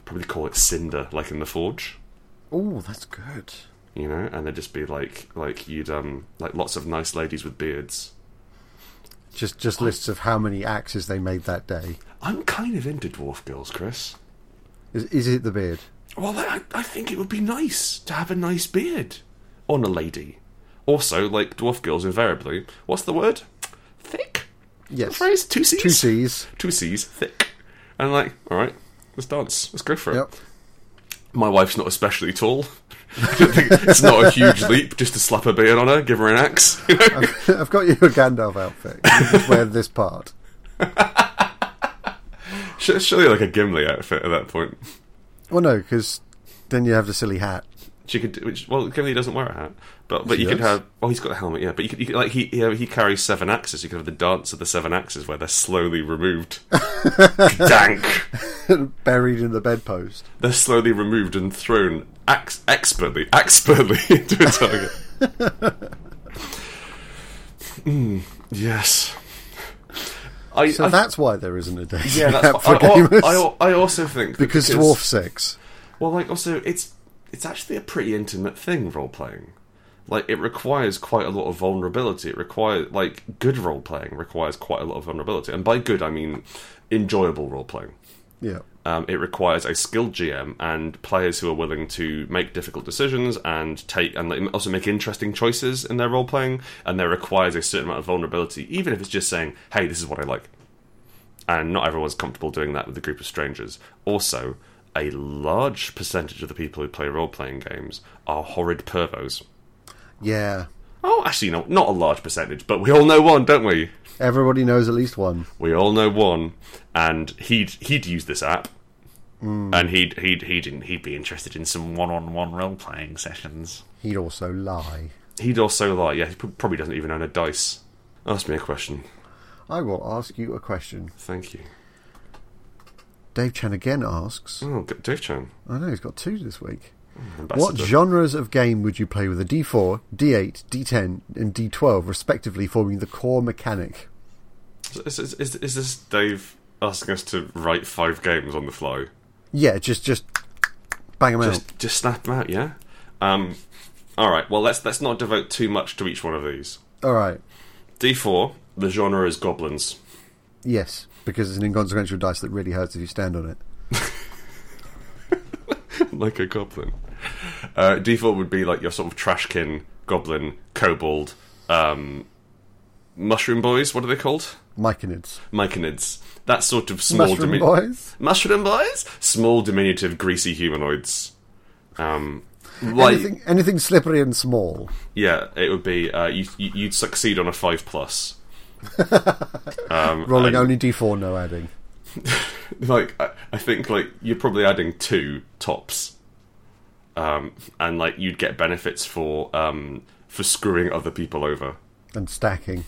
Speaker 1: probably call it Cinder, like in the Forge.
Speaker 2: Oh, that's good.
Speaker 1: you know, and they'd just be like, like you'd um, like lots of nice ladies with beards.
Speaker 2: Just just lists of how many axes they made that day.
Speaker 1: I'm kind of into dwarf girls, Chris.
Speaker 2: Is, is it the beard?
Speaker 1: Well, I, I think it would be nice to have a nice beard on a lady. Also, like dwarf girls, invariably, what's the word? Thick. The
Speaker 2: Yes.
Speaker 1: phrase two C's.
Speaker 2: Two C's.
Speaker 1: Two C's. Thick. And like, all right, let's dance. Let's go for it.
Speaker 2: Yep.
Speaker 1: My wife's not especially tall. it's not a huge leap just to slap a beard on her, give her an axe. you know?
Speaker 2: I've got you a Gandalf outfit. You just wear this part.
Speaker 1: Sur- Surely, like a Gimli outfit at that point.
Speaker 2: Well, no, because then you have the silly hat.
Speaker 1: She could, which, well, Gimli doesn't wear a hat, but but
Speaker 2: He
Speaker 1: you could
Speaker 2: does.
Speaker 1: have. Oh, he's got a helmet, yeah. But you could, you could like he he, he carries seven axes. You could have the dance of the seven axes where they're slowly removed. Dank.
Speaker 2: buried in the bedpost.
Speaker 1: They're slowly removed and thrown ax- expertly, expertly into a target. mm, yes. I,
Speaker 2: So
Speaker 1: I-
Speaker 2: that's why there isn't a date
Speaker 1: yeah,
Speaker 2: app
Speaker 1: that's,
Speaker 2: for
Speaker 1: I,
Speaker 2: gamers.
Speaker 1: I, I, I also think that
Speaker 2: because dwarf sex.
Speaker 1: Well, like also, it's it's actually a pretty intimate thing role playing. Like it requires quite a lot of vulnerability. It requires like good role playing requires quite a lot of vulnerability, and by good I mean enjoyable role playing.
Speaker 2: Yeah.
Speaker 1: Um, it requires a skilled GM and players who are willing to make difficult decisions and take and like, also make interesting choices in their role playing. And there requires a certain amount of vulnerability, even if it's just saying, "Hey, this is what I like." And not everyone's comfortable doing that with a group of strangers. Also, a large percentage of the people who play role playing games are horrid pervos.
Speaker 2: Yeah.
Speaker 1: Oh, actually, no, not a large percentage, but we all know one, don't we?
Speaker 2: Everybody knows at least one.
Speaker 1: We all know one, and he'd he'd use this app, and he'd he'd he'd he'd be interested in some one-on-one role-playing sessions.
Speaker 2: He'd also lie.
Speaker 1: He'd also lie. Yeah, he p- probably doesn't even own a dice. Ask me a question.
Speaker 2: I will ask you a question.
Speaker 1: Thank you.
Speaker 2: Dave Chan again asks.
Speaker 1: Oh, G- Dave Chan.
Speaker 2: I know he's got two this week. What
Speaker 1: ambassador.
Speaker 2: genres of game would you play with a D4, D8, D10, and D12, respectively, forming the core mechanic?
Speaker 1: Is, is, is, is this Dave asking us to write five games on the fly?
Speaker 2: Yeah, just just bang them out.
Speaker 1: Just just snap them out, yeah. Um, all right. Well, let's let's not devote too much to each one of these.
Speaker 2: All right.
Speaker 1: D four. The genre is goblins.
Speaker 2: Yes, because it's an inconsequential dice that really hurts if you stand on it.
Speaker 1: like a goblin. Uh, D4 would be like your sort of trashkin, goblin, kobold, um, mushroom boys. What are they called?
Speaker 2: Myconids.
Speaker 1: Myconids. That sort of small
Speaker 2: Mushroom
Speaker 1: dimin-
Speaker 2: boys.
Speaker 1: Mushroom boys. Small diminutive, greasy humanoids. Um, like
Speaker 2: Anything, anything slippery and small.
Speaker 1: yeah, it would be uh, you, you- you'd succeed on a five plus. um,
Speaker 2: Rolling
Speaker 1: and,
Speaker 2: only D4, no adding.
Speaker 1: like I, I think like you're probably adding two tops, um, and like you'd get benefits for um, for screwing other people over.
Speaker 2: And stacking.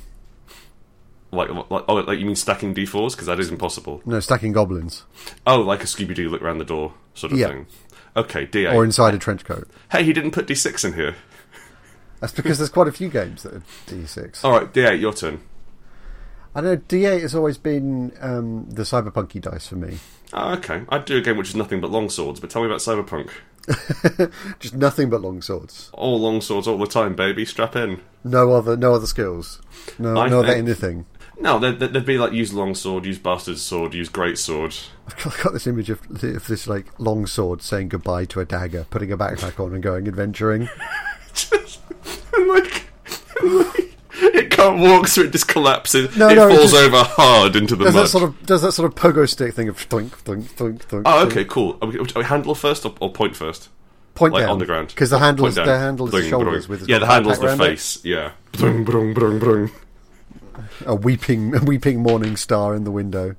Speaker 1: Like, like oh, like you mean stacking d4s because that is impossible.
Speaker 2: No, stacking goblins.
Speaker 1: Oh, like a Scooby Doo look around the door sort of
Speaker 2: Yeah.
Speaker 1: thing. Okay, d8.
Speaker 2: Or inside a trench coat.
Speaker 1: hey, he didn't put d6 in here.
Speaker 2: That's because there's quite a few games that are D6.
Speaker 1: All right, d8, your turn.
Speaker 2: I know D8 has always been um, the cyberpunky dice for me.
Speaker 1: Oh, okay, I'd do a game which is nothing but longswords. But tell me about Cyberpunk.
Speaker 2: Just nothing but long swords.
Speaker 1: All longswords all the time, baby. Strap in.
Speaker 2: No other, no other skills. No,
Speaker 1: I
Speaker 2: no other
Speaker 1: think-
Speaker 2: anything.
Speaker 1: No, they'd, they'd be like use longsword, use bastard sword, use great sword.
Speaker 2: I've got- got this image of, of this like long sword saying goodbye to a dagger, putting a backpack on, and going adventuring.
Speaker 1: Just- and like, it can't walk, so it just collapses.
Speaker 2: No,
Speaker 1: it
Speaker 2: no, it
Speaker 1: falls
Speaker 2: just-
Speaker 1: over hard into the
Speaker 2: Does
Speaker 1: mud.
Speaker 2: that sort of does that sort of pogo stick thing of thunk thunk thunk thunk?
Speaker 1: oh,
Speaker 2: thunk.
Speaker 1: okay, cool. Are we, are we handle first or, or point first?
Speaker 2: Point
Speaker 1: Like
Speaker 2: down
Speaker 1: on the ground
Speaker 2: because the
Speaker 1: Point
Speaker 2: handle is
Speaker 1: down.
Speaker 2: the handle is the eh?
Speaker 1: Brung,
Speaker 2: shoulders
Speaker 1: brung.
Speaker 2: with
Speaker 1: yeah, the handle's the
Speaker 2: backpack around it.
Speaker 1: face. Yeah. Brung, brung, brung, brung.
Speaker 2: A weeping a weeping morning star in the window.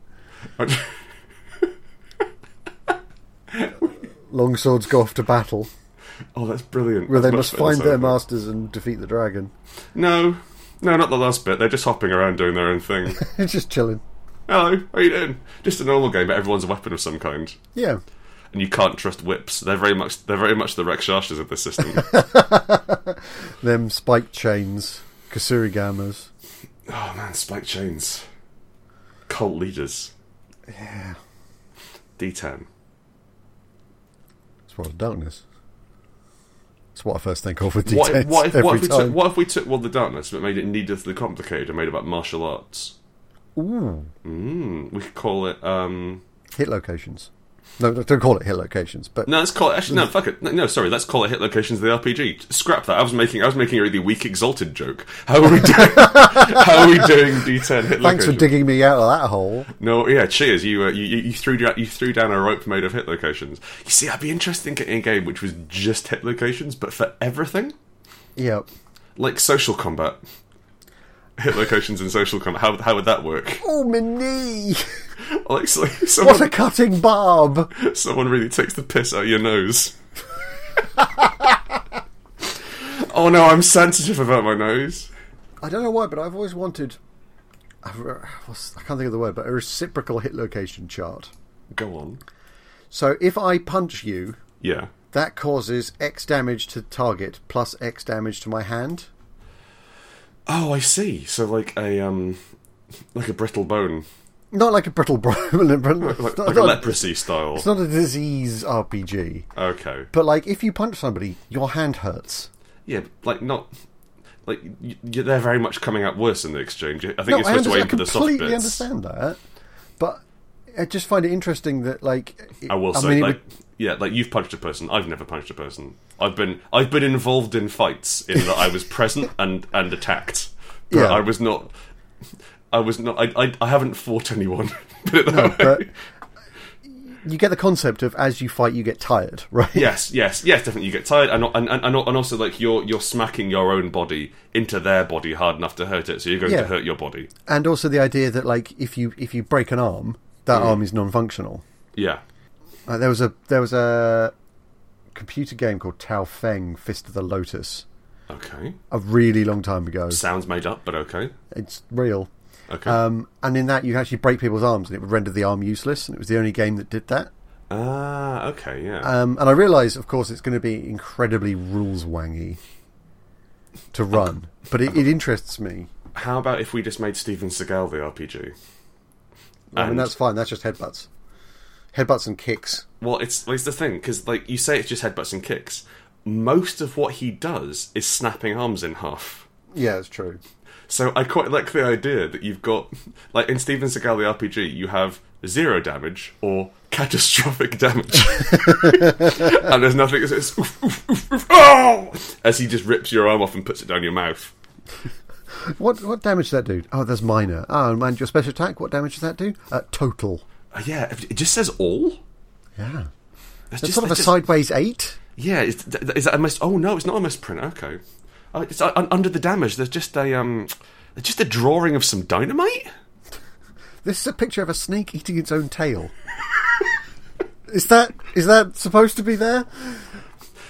Speaker 2: Longswords go off to battle,
Speaker 1: oh, that's brilliant.
Speaker 2: where they
Speaker 1: That's
Speaker 2: must
Speaker 1: much better
Speaker 2: find
Speaker 1: than
Speaker 2: their
Speaker 1: Cyberpunk.
Speaker 2: masters and defeat the dragon.
Speaker 1: No, no, not the last bit. They're just hopping around doing their own thing.
Speaker 2: Just chilling.
Speaker 1: Hello, how you doing? Just a normal game, but everyone's a weapon of some kind.
Speaker 2: Yeah.
Speaker 1: and you can't trust whips. They're very much they're very much the Rakshasas of the system.
Speaker 2: Them spike chains, kasurigamas.
Speaker 1: oh man, spike chains, cult leaders.
Speaker 2: Yeah.
Speaker 1: D10.
Speaker 2: Swirl of Darkness. It's what I first think of with d
Speaker 1: What, what, if,
Speaker 2: every
Speaker 1: what, if we
Speaker 2: time.
Speaker 1: took, what if we took World of Darkness but made it needlessly complicated and made it about martial arts?
Speaker 2: Ooh.
Speaker 1: Mm, we could call it. um...
Speaker 2: Hit locations. No, no, don't call it hit locations, but
Speaker 1: No, let's call it. Actually, no, fuck it. No, no, sorry. Let's call it hit locations of the RPG. Scrap that. I was making. I was making a really weak exalted joke. How are we doing? how are we doing? D10 hit
Speaker 2: thanks for
Speaker 1: locations.
Speaker 2: digging me out of that hole.
Speaker 1: No, yeah, cheers. You, uh, you you you threw down you threw down a rope made of hit locations. You see, I'd be interested in getting a game which was just hit locations, but for everything,
Speaker 2: Yep.
Speaker 1: like social combat, hit locations in social combat. How how would that work?
Speaker 2: Oh, my knee!
Speaker 1: Like, so,
Speaker 2: What
Speaker 1: someone
Speaker 2: a cutting barb!
Speaker 1: someone really takes the piss out of your nose. oh no, I'm sensitive about my nose.
Speaker 2: I don't know why, but I've always wanted. a re- what's- I can't think of the word, but a reciprocal hit location chart.
Speaker 1: Go on.
Speaker 2: So if I punch you,
Speaker 1: Yeah.
Speaker 2: that causes X damage to target plus X damage to my hand.
Speaker 1: Oh, I see. So like a um, like a brittle bone,
Speaker 2: Not like a brittle bro.
Speaker 1: like,
Speaker 2: like,
Speaker 1: like a leprosy style.
Speaker 2: It's not a disease RPG,
Speaker 1: Okay.
Speaker 2: but like if you punch somebody, your hand hurts.
Speaker 1: Yeah, but, like not like y y they're very much coming out worse in the exchange. I think
Speaker 2: No,
Speaker 1: you're
Speaker 2: I,
Speaker 1: supposed to
Speaker 2: understand,
Speaker 1: aim
Speaker 2: I
Speaker 1: for the soft bits.
Speaker 2: completely understand that, but I just find it interesting that like it-
Speaker 1: I will say,
Speaker 2: mean, it
Speaker 1: like,
Speaker 2: would-
Speaker 1: yeah, like you've punched a person. I've never punched a person. I've been I've been involved in fights in that I was present and and attacked. But
Speaker 2: Yeah.
Speaker 1: I was not. I was not. I, I I haven't fought anyone. Put it that way.
Speaker 2: but you get the concept of as you fight, you get tired, right?
Speaker 1: Yes, yes, yes. Definitely, you get tired, and and and, and also like you're you're smacking your own body into their body hard enough to hurt it, so you're going
Speaker 2: Yeah.
Speaker 1: to hurt your body.
Speaker 2: And also the idea that like if you if you break an arm, that arm is non-functional.
Speaker 1: Yeah.
Speaker 2: Uh, there was a there was a computer game called Tao Feng Fist of the Lotus
Speaker 1: Okay.
Speaker 2: a really long time ago.
Speaker 1: Sounds made up, but okay.
Speaker 2: It's real.
Speaker 1: Okay.
Speaker 2: Um, and in that, you actually break people's arms, and it would render the arm useless. And it was the only game that did that.
Speaker 1: ah. Okay. Yeah.
Speaker 2: Um, and I realise, of course, it's going to be incredibly rules wangy to run, but it, it interests me.
Speaker 1: How about if we just made Steven Seagal the RPG?
Speaker 2: I mean,
Speaker 1: And-
Speaker 2: that's fine. That's just headbutts, headbutts and kicks.
Speaker 1: Well, it's well, it's the thing because like you say, it's just headbutts and kicks. Most of what he does is snapping arms in half.
Speaker 2: Yeah, it's true.
Speaker 1: So I quite like the idea that you've got like in Steven Seagal the RPG, you have zero damage or catastrophic damage, and there's nothing. It's, it's oof, oof, oof, oof, oh! as he just rips your arm off and puts it down your mouth.
Speaker 2: What what damage does that do? Oh, that's minor. Oh, and your special attack. What damage does that do? Uh, total.
Speaker 1: Uh, yeah, it just says all.
Speaker 2: Yeah,
Speaker 1: That's
Speaker 2: it's sort of a sideways eight.
Speaker 1: Yeah, is, th- th- is that a mis? Oh no, it's not a misprint. Okay, oh, it's uh, un- under the damage. There's just a um, there's just a drawing of some dynamite.
Speaker 2: This is a picture of a snake eating its own tail. is that is that supposed to be there?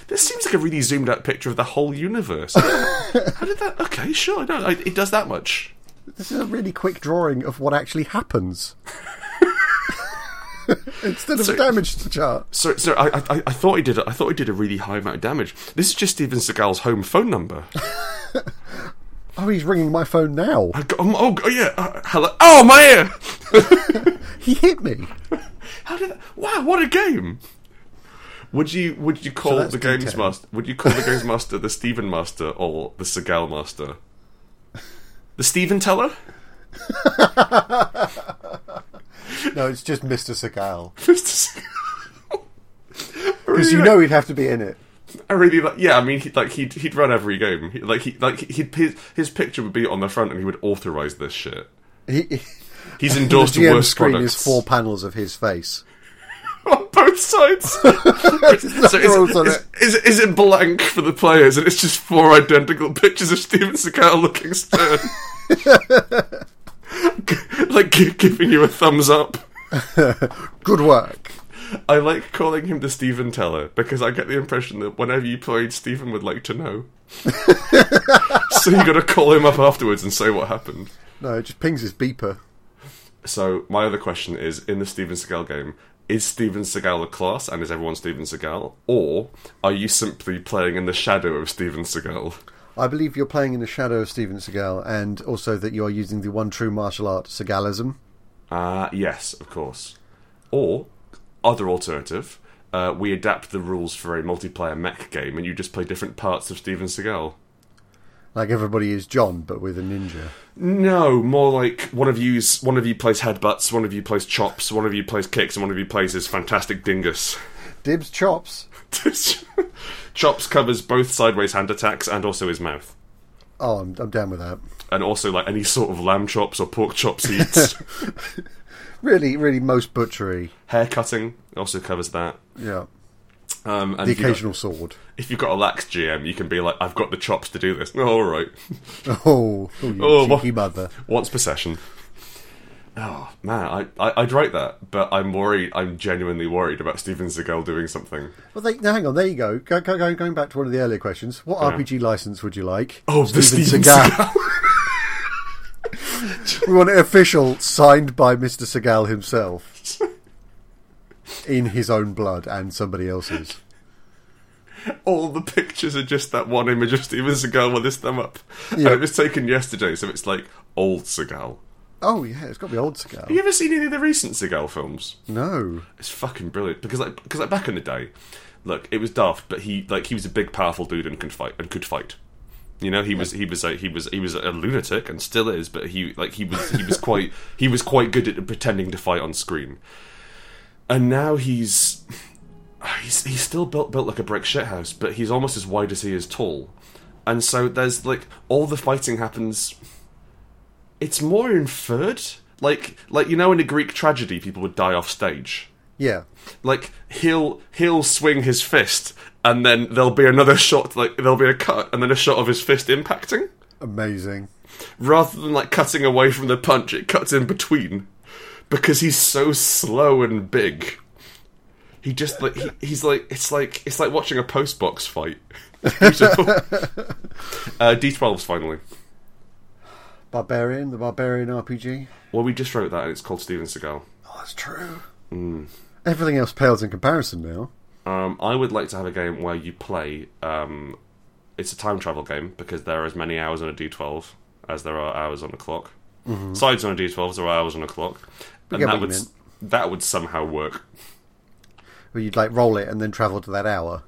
Speaker 1: This seems like a really zoomed out picture of the whole universe. How did that? Okay, sure. No, I, it does that much.
Speaker 2: This is a really quick drawing of what actually happens. Instead of a damage chart.
Speaker 1: So, so I, I, I thought he did. I thought he did a really high amount of damage. This is just Steven Seagal's home phone number.
Speaker 2: Oh, he's ringing my phone now.
Speaker 1: I got, um, oh, g- oh, yeah. Uh, hello. Oh my ear.
Speaker 2: He hit me.
Speaker 1: How did that? Wow, what a game! Would you would you call
Speaker 2: that's
Speaker 1: the games
Speaker 2: D10.
Speaker 1: master? Would you call the games master the Stephen Master or the Segal Master? The Stephen Teller?
Speaker 2: No, it's just Mr. Segal.
Speaker 1: Mr. Seagal. I
Speaker 2: Because
Speaker 1: really
Speaker 2: you
Speaker 1: like-
Speaker 2: know he'd have to be in it.
Speaker 1: I really like. Yeah, I mean, he, like he'd he'd run every game. He, like he like he'd his, his picture would be on the front, and he would authorize this shit.
Speaker 2: He, he-
Speaker 1: He's
Speaker 2: the
Speaker 1: endorsed the
Speaker 2: GM
Speaker 1: worst
Speaker 2: screen
Speaker 1: products
Speaker 2: is four panels of his face.
Speaker 1: on both sides. so
Speaker 2: rules on
Speaker 1: is,
Speaker 2: it.
Speaker 1: is, is, is it blank for the players, and it's just four identical pictures of Steven Seagal looking stern, G- like gi- giving you a thumbs up.
Speaker 2: Good work.
Speaker 1: I like calling him the Steven Teller because I get the impression that whenever you played, Steven would like to know. so you got to call him up afterwards and say what happened.
Speaker 2: No, it just pings his beeper.
Speaker 1: So my other question is: In the Steven Seagal game, is Steven Seagal a class, and is everyone Steven Seagal, or are you simply playing in the shadow of Steven Seagal?
Speaker 2: I believe you're playing in the shadow of Steven Seagal, and also that you're using the one true martial art, Segalism.
Speaker 1: Ah, yes, of course. Or other alternative: uh, we adapt the rules for a multiplayer mech game, and you just play different parts of Steven Seagal.
Speaker 2: Like everybody is John, but with a ninja.
Speaker 1: No, more like one of you's one of you plays headbutts, one of you plays chops, one of you plays kicks, and one of you plays his fantastic dingus.
Speaker 2: Dibs chops.
Speaker 1: chops covers both sideways hand attacks and also his mouth.
Speaker 2: Oh, I'm, I'm down with that.
Speaker 1: and also like any sort of lamb chops or pork chops he eats.
Speaker 2: Really, really, most butchery.
Speaker 1: Hair cutting also covers that.
Speaker 2: Yeah.
Speaker 1: Um, and
Speaker 2: The
Speaker 1: if, you've got,
Speaker 2: occasional sword.
Speaker 1: if you've got a lax GM, you can be like, I've got the chops to do this. Oh, all right,
Speaker 2: Oh, oh you
Speaker 1: Oh,
Speaker 2: cheeky
Speaker 1: what-
Speaker 2: mother.
Speaker 1: once per session. Oh man, I, I I'd write that, but I'm worried. I'm genuinely worried about Steven Seagal doing something.
Speaker 2: Well, they, now hang on. There you go. Go, go, go. Going back to one of the earlier questions. What RPG license would you like?
Speaker 1: Oh, the Steven
Speaker 2: we want it official, signed by Mr. Seagal himself, in his own blood and somebody else's.
Speaker 1: All the pictures are just that one image of Steven Seagal with his thumb up. And
Speaker 2: Yeah.
Speaker 1: it was taken yesterday, so it's like old Seagal.
Speaker 2: Oh yeah, it's got to be old Seagal.
Speaker 1: Have you ever seen any of the recent Seagal films?
Speaker 2: No.
Speaker 1: It's fucking brilliant because like because like back in the day, look, it was daft, but he like he was a big, powerful dude and could fight and could fight. You know, he was he was a, he was he was a lunatic and still is, but he like he was he was quite he was quite good at pretending to fight on screen. And now he's he's he's still built built like a brick shithouse, but he's almost as wide as he is tall. And so there's like all the fighting happens it's more inferred. Like like you know in a Greek tragedy people would die off stage.
Speaker 2: Yeah.
Speaker 1: like he'll he'll swing his fist and then there'll be another shot like there'll be a cut and then a shot of his fist impacting
Speaker 2: Amazing.
Speaker 1: rather than like cutting away from the punch it cuts in between because he's so slow and big he just like he, he's like it's like it's like watching a post box fight It's beautiful uh, d12s finally
Speaker 2: Barbarian, the Barbarian RPG.
Speaker 1: well we just wrote that and it's called steven seagal
Speaker 2: Oh, that's true.
Speaker 1: Hmm.
Speaker 2: Everything else pales in comparison now.
Speaker 1: Um, I would like to have a game where you play. Um, it's a time travel game because there are as many hours on a D12 as there are hours on a clock. Sides on a D12, there are hours on a clock, and
Speaker 2: get
Speaker 1: that
Speaker 2: what Mm-hmm. you
Speaker 1: would s- that would somehow work.
Speaker 2: Where you'd like roll it and then travel to that hour.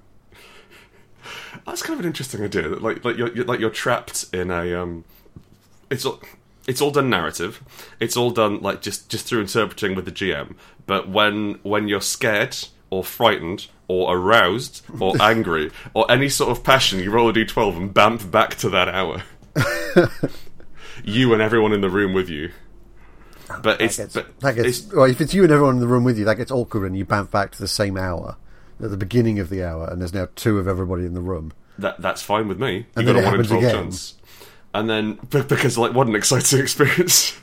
Speaker 1: That's kind of an interesting idea. That like like you're, you're like you're trapped in a um, it's all it's all done narrative. It's all done like just just through interpreting with the GM. But when when you're scared or frightened or aroused or angry or any sort of passion, you roll a d12 and bamf back to that hour. you and everyone in the room with you. But it's
Speaker 2: Gets-
Speaker 1: but
Speaker 2: that gets,
Speaker 1: it's
Speaker 2: well, if it's you and everyone in the room with you, that gets awkward and you bounce back to the same hour at the beginning of the hour, and there's now two of everybody in the room.
Speaker 1: that that's fine with me.
Speaker 2: And
Speaker 1: you got
Speaker 2: then
Speaker 1: a one
Speaker 2: it
Speaker 1: in
Speaker 2: happens
Speaker 1: twelve
Speaker 2: again.
Speaker 1: chance. And then b- because like what an exciting experience.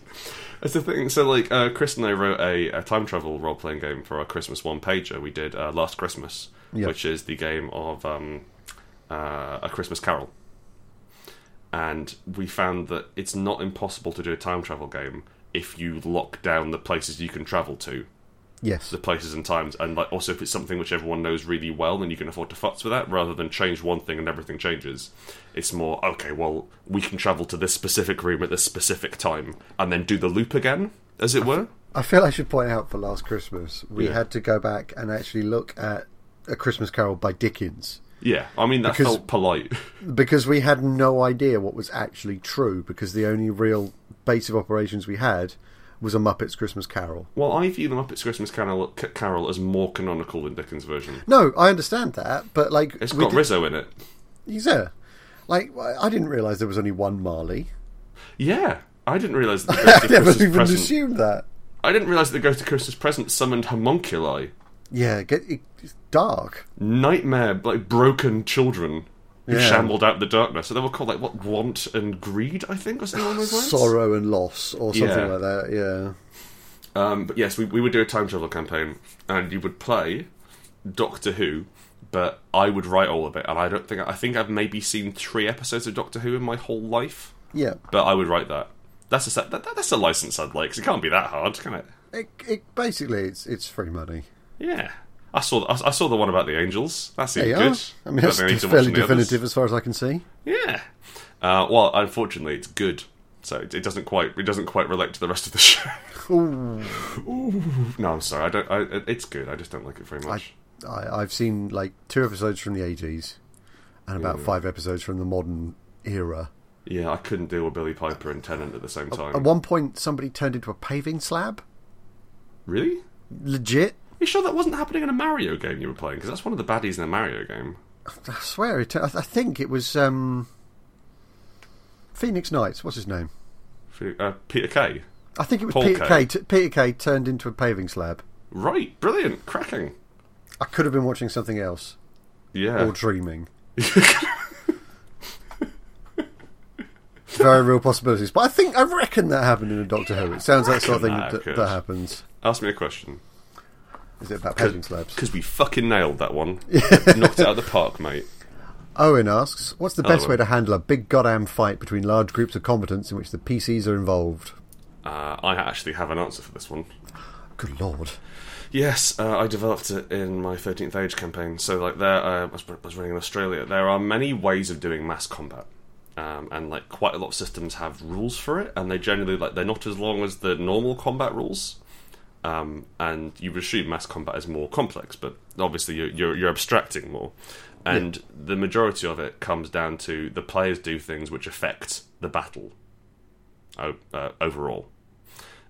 Speaker 1: That's the thing. So like uh, Chris and I wrote a, a time travel role playing game for our Christmas one pager we did uh, last Christmas,
Speaker 2: Yeah.
Speaker 1: which is the game of um, uh, a Christmas Carol. And we found that it's not impossible to do a time travel game if you lock down the places you can travel to
Speaker 2: Yes.
Speaker 1: the places and times, and like also if it's something which everyone knows really well, then you can afford to futz with that rather than change one thing and everything changes. It's more okay. Well, we can travel to this specific room at this specific time, and then do the loop again, as it were.
Speaker 2: I feel I should point out for last Christmas, we
Speaker 1: Yeah.
Speaker 2: had to go back and actually look at A Christmas Carol by Dickens
Speaker 1: Yeah, I mean that
Speaker 2: Because-
Speaker 1: felt polite.
Speaker 2: because we had no idea what was actually true because the only real base of operations we had was a Muppets Christmas Carol.
Speaker 1: well, I view the Muppets Christmas Carol, Carol as more canonical than Dickens' version.
Speaker 2: No, I understand that, but like
Speaker 1: It's
Speaker 2: we
Speaker 1: got
Speaker 2: did-
Speaker 1: Rizzo in it.
Speaker 2: Yeah. Like I I didn't realize there was only one Marley.
Speaker 1: Yeah, I didn't realize that the
Speaker 2: I
Speaker 1: Ghost of
Speaker 2: never
Speaker 1: Christmas
Speaker 2: even
Speaker 1: Present.
Speaker 2: assumed that.
Speaker 1: I didn't realize that the Ghost of Christmas Present summoned homunculi.
Speaker 2: Yeah, get it, it's dark.
Speaker 1: nightmare, like broken children who
Speaker 2: Yeah.
Speaker 1: shambled out of the darkness. So they were called like what want and greed, I think, or something along those lines.
Speaker 2: Sorrow and loss or something
Speaker 1: Yeah.
Speaker 2: like that,
Speaker 1: Um, but yes, we, we would do a time travel campaign, and you would play Doctor Who, but I would write all of it, and I don't think I think I've maybe seen three episodes of Doctor Who in my whole life,
Speaker 2: yeah. Yeah.
Speaker 1: but I would write that. That's a set, that, that's a license I'd like. 'cause it can't be that hard, can it?
Speaker 2: It, it basically it's it's free money.
Speaker 1: Yeah. I saw I, I saw the one about the angels. That seemed
Speaker 2: There you
Speaker 1: good.
Speaker 2: are. I mean,
Speaker 1: Don't
Speaker 2: that's
Speaker 1: think I need to watch
Speaker 2: fairly
Speaker 1: any others.
Speaker 2: definitive as far as I can see.
Speaker 1: Yeah. Uh, well, unfortunately, it's good, so it, it doesn't quite it doesn't quite relate to the rest of the show. Ooh. No, I'm sorry. I don't. I, it's good. I just don't like it very
Speaker 2: I,
Speaker 1: much.
Speaker 2: I I've seen like two episodes from the eighties, and about five episodes from the modern era.
Speaker 1: Yeah, I couldn't deal with Billy Piper and Tennant at the same time.
Speaker 2: At one point, somebody turned into a paving slab.
Speaker 1: really?
Speaker 2: Legit.
Speaker 1: You sure that wasn't happening in a Mario game you were playing? Because that's one of the baddies in a Mario game.
Speaker 2: I swear it. I I think it was um, Phoenix Knights. What's his name?
Speaker 1: For- Uh, Peter Kay.
Speaker 2: I think it was
Speaker 1: Paul
Speaker 2: Peter
Speaker 1: Kay.
Speaker 2: Kay. T- Peter Kay turned into a paving slab.
Speaker 1: Right. Brilliant. Cracking.
Speaker 2: I could have been watching something else
Speaker 1: Yeah.
Speaker 2: or dreaming. Very real possibilities, but I think I reckon that happened in a Doctor Who. It sounds like something
Speaker 1: that
Speaker 2: that,
Speaker 1: occurred.
Speaker 2: that, that happens.
Speaker 1: Ask me a question.
Speaker 2: Is it about paving slabs?
Speaker 1: Because we fucking nailed that one. Knocked it out of the park, mate.
Speaker 2: Owen asks, "What's the best
Speaker 1: Owen.
Speaker 2: way to handle a big goddamn fight between large groups of combatants in which the PCs are involved?"
Speaker 1: Uh, I actually have an answer for this one.
Speaker 2: Good lord!
Speaker 1: Yes, uh, I developed it in my 13th Age campaign. So, like, there uh, I was, I was running in Australia. There are many ways of doing mass combat, um, and like quite a lot of systems have rules for it, and they generally like they're not as long as the normal combat rules. Um, and you would assume mass combat is more complex, but obviously you're you're, you're abstracting more, and the majority of it comes down to the players do things which affect the battle o- uh, overall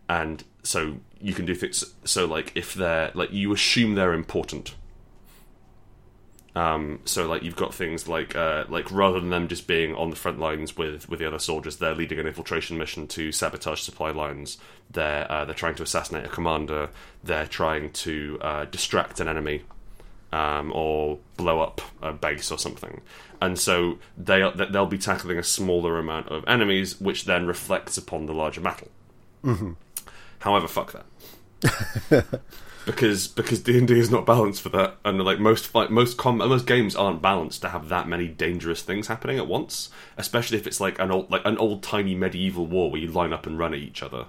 Speaker 1: and so you can do things so like if they're like you assume they're important Um, so like you've got things like uh, like rather than them just being on the front lines with, with the other soldiers, they're leading an infiltration mission to sabotage supply lines. They're uh, they're trying to assassinate a commander. They're trying to uh, distract an enemy um, or blow up a base or something. And so they are, they'll be tackling a smaller amount of enemies, which then reflects upon the larger battle.
Speaker 2: hmm
Speaker 1: However, fuck that. because because D and D is not balanced for that, and like most fight, most com- most games aren't balanced to have that many dangerous things happening at once, especially if it's like an old like an old timey medieval war where you line up and run at each other.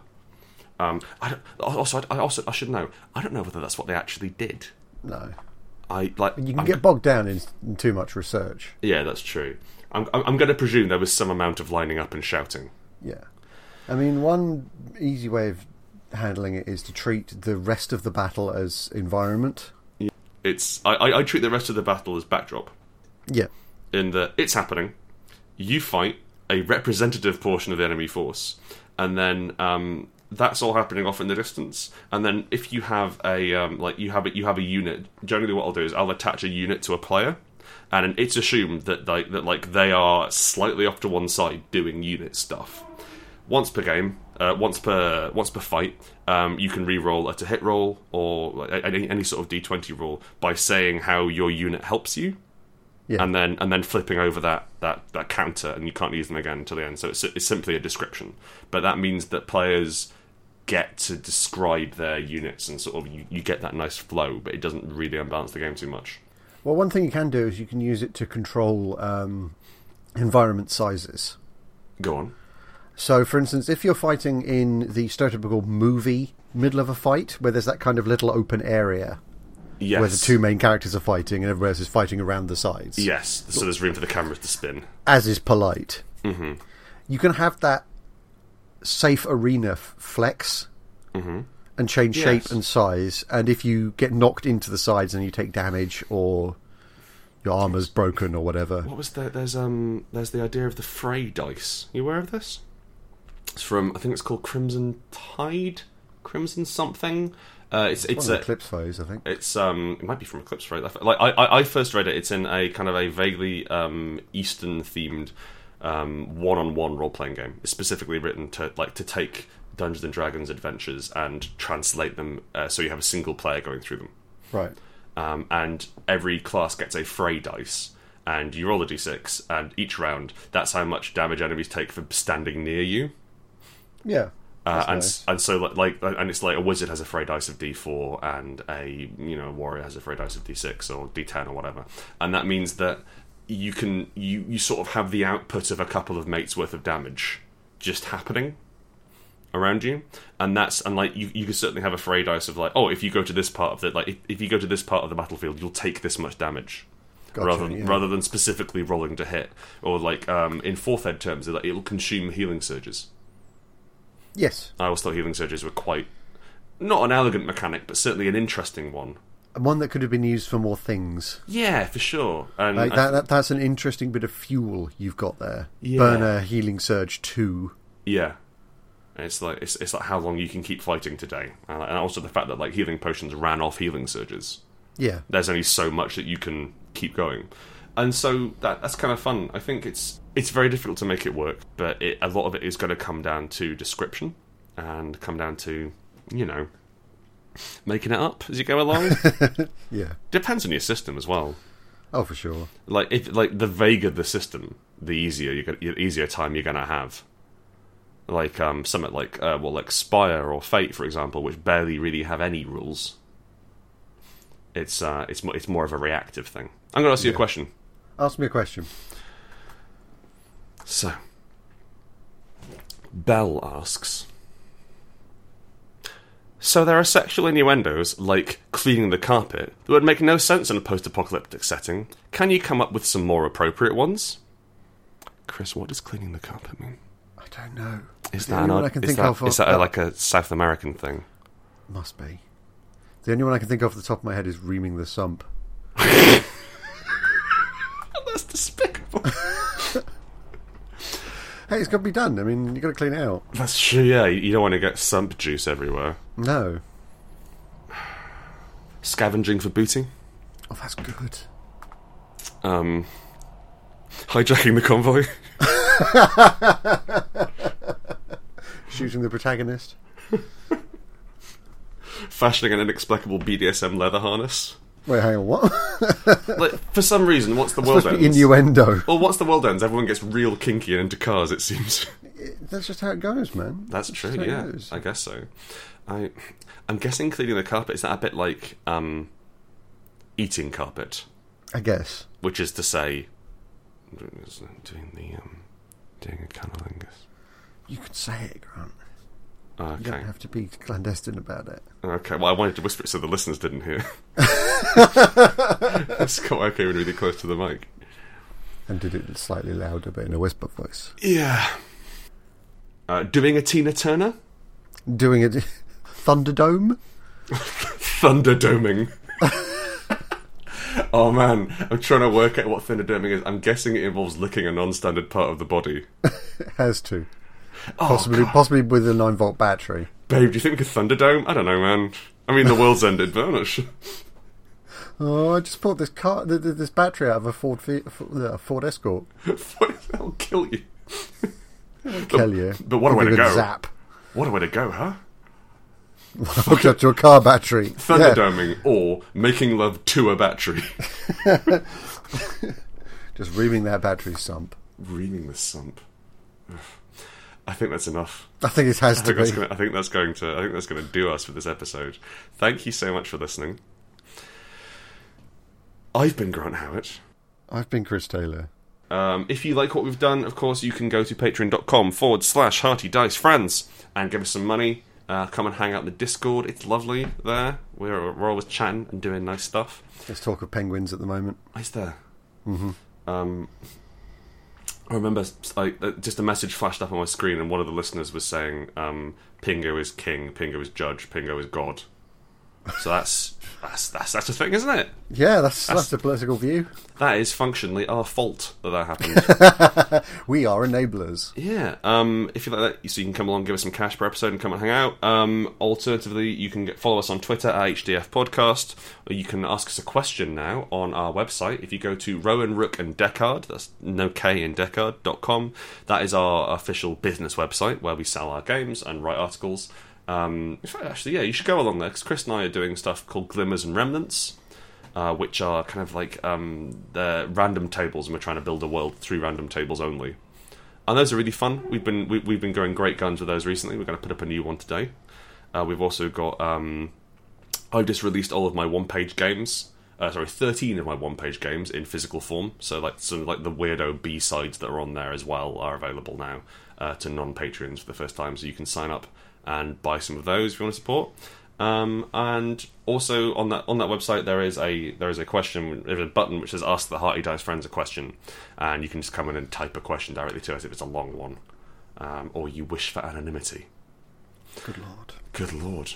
Speaker 1: Um, I don't, also I, I also I should know I don't know whether that's what they actually did.
Speaker 2: No,
Speaker 1: I like
Speaker 2: you can
Speaker 1: I'm-
Speaker 2: get bogged down in, in too much research.
Speaker 1: yeah that's true. I'm I'm, I'm going to presume there was some amount of lining up and shouting.
Speaker 2: Yeah. I mean, one easy way of handling it is to treat the rest of the battle as environment.
Speaker 1: It's I, I, I treat the rest of the battle as backdrop.
Speaker 2: Yeah.
Speaker 1: in that it's happening. You fight a representative portion of the enemy force, and then um, that's all happening off in the distance. And then if you have a um, like you have a, you have a unit, generally what I'll do is I'll attach a unit to a player, and it's assumed that like that like they are slightly off to one side doing unit stuff. Once per game, uh, once per once per fight, um, you can re-roll a to hit roll or like, any, any sort of d20 roll by saying how your unit helps you
Speaker 2: Yeah.
Speaker 1: and then and then flipping over that that that counter, and you can't use them again until the end. So it's it's simply a description, but that means that players get to describe their units and sort of you, you get that nice flow, but it doesn't really unbalance the game too much.
Speaker 2: Well, one thing you can do is you can use it to control um, environment sizes.
Speaker 1: Go on.
Speaker 2: So, for instance, if you're fighting in the stereotypical movie middle of a fight, where there's that kind of little open area
Speaker 1: Yes.
Speaker 2: where the two main characters are fighting and everybody else is fighting around the sides,
Speaker 1: Yes. So there's room for the cameras to spin.
Speaker 2: as is polite, mm-hmm. you can have that safe arena f- flex and change
Speaker 1: Mm-hmm. Yes.
Speaker 2: shape and size. And if you get knocked into the sides and you take damage or your armor's broken or whatever,
Speaker 1: What was the there's um there's the idea of the fray dice. You aware of this? It's from I think it's called Crimson Tide, Crimson something. Uh, it's it's
Speaker 2: one
Speaker 1: a,
Speaker 2: of the clips phase, I think.
Speaker 1: It's um, it might be from Eclipse, right? Like I, I, I first read it. It's in a kind of a vaguely um, Eastern themed um, one-on-one role-playing game. It's specifically written to like to take Dungeons and Dragons adventures and translate them uh, so you have a single player going through them
Speaker 2: Right.
Speaker 1: um, and every class gets a fray dice, and you roll a d6, and each round, that's how much damage enemies take for standing near you.
Speaker 2: Yeah.
Speaker 1: Uh,
Speaker 2: That's
Speaker 1: and
Speaker 2: nice.
Speaker 1: s and so like, like uh, and it's like a wizard has a fray dice of d4 and a you know warrior has a fray dice of d6 or d10 or whatever and that means that you can you you sort of have the output of a couple of mates worth of damage just happening around you and that's and like you, you can certainly have a fray dice of like oh if you go to this part of the like if, if you go to this part of the battlefield you'll take this much damage
Speaker 2: Gotcha,
Speaker 1: rather than,
Speaker 2: yeah.
Speaker 1: rather than specifically rolling to hit or like um, in fourth ed terms like, it'll consume healing surges
Speaker 2: Yes.
Speaker 1: I always thought healing surges were quite not an elegant mechanic, but certainly an interesting one.
Speaker 2: And One that could have been used for more things.
Speaker 1: Yeah, for sure. And uh,
Speaker 2: Like
Speaker 1: I-
Speaker 2: that, that, that's an interesting bit of fuel you've got there.
Speaker 1: Yeah.
Speaker 2: Burner Healing Surge 2.
Speaker 1: yeah, it's like it's, it's like how long you can keep fighting today, and, and also the fact that like healing potions ran off healing surges.
Speaker 2: Yeah.
Speaker 1: There's only so much that you can keep going, and so that that's kind of fun. I think it's it's very difficult to make it work, but it, a lot of it is going to come down to description and come down to you know making it up as you go along.
Speaker 2: Yeah.
Speaker 1: Depends on your system as well.
Speaker 2: Oh, for sure.
Speaker 1: like if like the vaguer the system, the easier you are the easier time you're gonna have. Like um, something like uh, well, like Spire or Fate, for example, which barely really have any rules. It's uh, it's mo- it's more of a reactive thing. I'm gonna ask you a question.
Speaker 2: Ask me a question.
Speaker 1: So, Bell asks. So there are sexual innuendos like cleaning the carpet that would make no sense in a post-apocalyptic setting. Can you come up with some more appropriate ones? Chris, what does cleaning the carpet mean?
Speaker 2: I don't know.
Speaker 1: Is
Speaker 2: The
Speaker 1: that, an,
Speaker 2: only one
Speaker 1: odd-
Speaker 2: I can
Speaker 1: is
Speaker 2: think
Speaker 1: that-
Speaker 2: of-
Speaker 1: is that a,
Speaker 2: uh,
Speaker 1: like a South American thing?
Speaker 2: Must be. The only one I can think of off the top of my head is reaming the sump.
Speaker 1: That's despicable.
Speaker 2: Hey, it's got to be done. I mean, you got to clean it out.
Speaker 1: That's true. Yeah, you you don't want to get sump juice everywhere.
Speaker 2: No.
Speaker 1: Scavenging for booty.
Speaker 2: Oh, that's good.
Speaker 1: um, hijacking the convoy.
Speaker 2: Shooting the protagonist.
Speaker 1: fashioning an inexplicable BDSM leather harness.
Speaker 2: Wait, hang on, what?
Speaker 1: Like for some reason, once the world
Speaker 2: Supposed to be
Speaker 1: ends,
Speaker 2: innuendo.
Speaker 1: well, once the world ends, everyone gets real kinky and into cars. It seems
Speaker 2: That's just how it goes, man.
Speaker 1: that's true.
Speaker 2: how it
Speaker 1: Yeah,
Speaker 2: goes.
Speaker 1: I guess so. I, I'm guessing cleaning the carpet is that a bit like um, eating carpet,
Speaker 2: I guess.
Speaker 1: which is to say, doing the um, doing a cunnilingus.
Speaker 2: You could say it, Grant. You
Speaker 1: Okay.
Speaker 2: don't have to be clandestine about it.
Speaker 1: Okay, well, I wanted to whisper it so the listeners didn't hear. That's quite okay when really close to the mic.
Speaker 2: And did it slightly louder, but in a whisper voice.
Speaker 1: Yeah. Uh, doing a Tina Turner?
Speaker 2: Doing it. Thunderdome?
Speaker 1: Thunderdoming. oh man, I'm trying to work out what thunderdoming is. I'm guessing it involves licking a non standard part of the body.
Speaker 2: It has to.
Speaker 1: Oh,
Speaker 2: Possibly,
Speaker 1: God.
Speaker 2: possibly with a 9 volt battery.
Speaker 1: Babe, do you think we could Thunderdome? I don't know, man. I mean, the world's ended, but I'm not sure.
Speaker 2: Oh, I just pulled this car, th- th- this battery out of a Ford, Fe- F- uh, Ford Escort.
Speaker 1: That'll kill you.
Speaker 2: Tell you.
Speaker 1: but what a
Speaker 2: Give
Speaker 1: way
Speaker 2: you
Speaker 1: to
Speaker 2: good
Speaker 1: go.
Speaker 2: Zap.
Speaker 1: What a way to go, huh?
Speaker 2: Hooked up to a car battery. Yeah.
Speaker 1: Thunderdoming or making love to a battery.
Speaker 2: Just reaming that battery sump.
Speaker 1: Reaming the sump. Ugh. I think that's enough.
Speaker 2: I think it has
Speaker 1: I
Speaker 2: to
Speaker 1: think,
Speaker 2: be.
Speaker 1: that's gonna, I think that's going to. I think that's going to do us for this episode. Thank you so much for listening. I've been Grant Howard.
Speaker 2: I've been Chris Taylor.
Speaker 1: Um, if you like what we've done, of course, you can go to patreon.com forward slash hearty dice friends and give us some money. Uh, come and hang out in the Discord. It's lovely there. We're, we're always chatting and doing nice stuff.
Speaker 2: Let's talk of penguins at the moment.
Speaker 1: Is there? Mm-hmm. Um, I remember like uh, just a message flashed up on my screen, and one of the listeners was saying, um, "Pingo is king, Pingo is judge, Pingo is god." So that's that's that's that's a thing, isn't it?
Speaker 2: Yeah, that's that's, the political view.
Speaker 1: That is functionally our fault that that happened.
Speaker 2: We are enablers.
Speaker 1: yeah. Um, if you like that, so you can come along, give us some cash per episode, and come and hang out. Um, alternatively, you can get, follow us on Twitter at HDF Podcast, or you can ask us a question now on our website. If you go to Rowan Rook and Deckard, that's no K in Deckard dot com. That is our official business website where we sell our games and write articles. Um, in fact, actually, yeah, you should go along there because Chris and I are doing stuff called Glimmers and Remnants. uh, which are kind of like um, the random tables, and we're trying to build a world through random tables only. And those are really fun. We've been we, we've been going great guns with those recently. We're going to put up a new one today. Uh, we've also got um, I've just released all of my one page games. Uh, sorry, thirteen of my one page games in physical form. So like some like the weirdo B sides that are on there as well are available now uh, to non patrons for the first time. So you can sign up and buy some of those if you want to support. Um, and also on that on that website there is a there is a question there's a button which says ask the hearty dice friends a question, and you can just come in and type a question directly to us if it's a long one, um, or you wish for anonymity.
Speaker 2: Good lord.
Speaker 1: Good lord.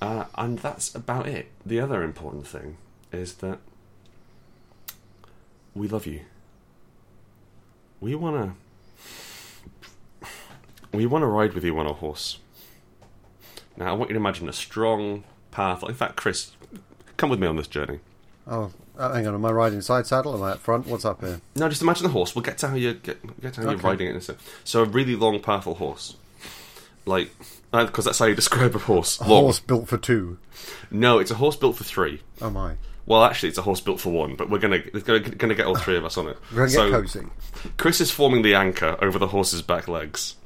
Speaker 1: Uh, and that's about it. The other important thing is that we love you. We wanna we wanna ride with you on a horse. Now I want you to imagine a strong, powerful. In fact, Chris, come with me on this journey.
Speaker 2: Oh, uh, hang on. Am I riding side saddle? Am I up front? What's up here?
Speaker 1: No, just imagine the horse. We'll get to how you get, get to how you're
Speaker 2: Okay.
Speaker 1: riding it. And stuff. So a really long, powerful horse, like because that's how you describe a horse.
Speaker 2: A
Speaker 1: long.
Speaker 2: horse built for two.
Speaker 1: No, it's a horse built for three.
Speaker 2: Oh my.
Speaker 1: Well, actually, it's a horse built for one, but we're gonna it's gonna, gonna get all three of us on it.
Speaker 2: We're gonna
Speaker 1: so,
Speaker 2: get cozy.
Speaker 1: Chris is forming the anchor over the horse's back legs,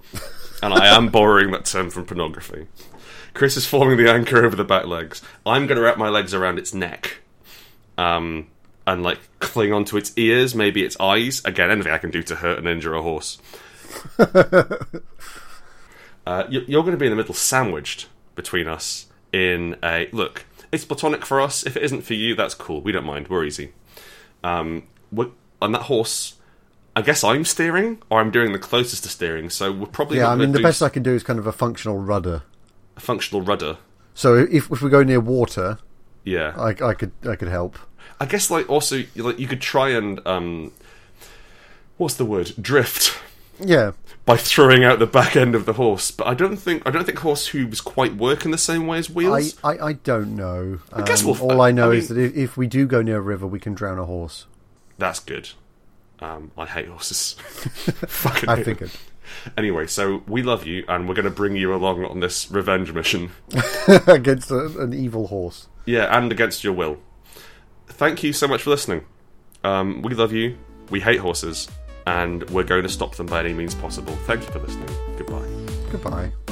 Speaker 1: and I am borrowing that term from pornography. Chris is forming the anchor over the back legs. I'm gonna wrap my legs around its neck, um, and like cling onto its ears, maybe its eyes. Again, anything I can do to hurt and injure a horse. Uh, you- you're going to be in the middle, sandwiched between us. In a look, it's platonic for us. If it isn't for you, that's cool. We don't mind. We're easy. Um, we're, and that horse, I guess I'm steering, or I'm doing the closest to steering. So we're probably
Speaker 2: Yeah,
Speaker 1: not
Speaker 2: I mean
Speaker 1: gonna
Speaker 2: the
Speaker 1: do
Speaker 2: best I can do is kind of a functional rudder.
Speaker 1: a functional rudder.
Speaker 2: So if if we go near water,
Speaker 1: Yeah,
Speaker 2: I, I could I could help.
Speaker 1: I guess like also like you could try and um, what's the word drift.
Speaker 2: Yeah.
Speaker 1: By throwing out the back end of the horse, but I don't think I don't think horse hooves quite work in the same way as
Speaker 2: I,
Speaker 1: wheels.
Speaker 2: I, I don't know. I
Speaker 1: guess we'll-
Speaker 2: all I know
Speaker 1: I
Speaker 2: is that if, if we do go near a river, we can drown a horse.
Speaker 1: That's good. Um, I hate horses. Fucking
Speaker 2: I
Speaker 1: hate
Speaker 2: figured.
Speaker 1: them. Anyway, so we love you, and we're going to bring you along on this revenge mission.
Speaker 2: Against a, an evil horse.
Speaker 1: Yeah, and against your will. Thank you so much for listening. Um, we love you. We hate horses, and we're going to stop them by any means possible. Thank you for listening. Goodbye.
Speaker 2: Goodbye.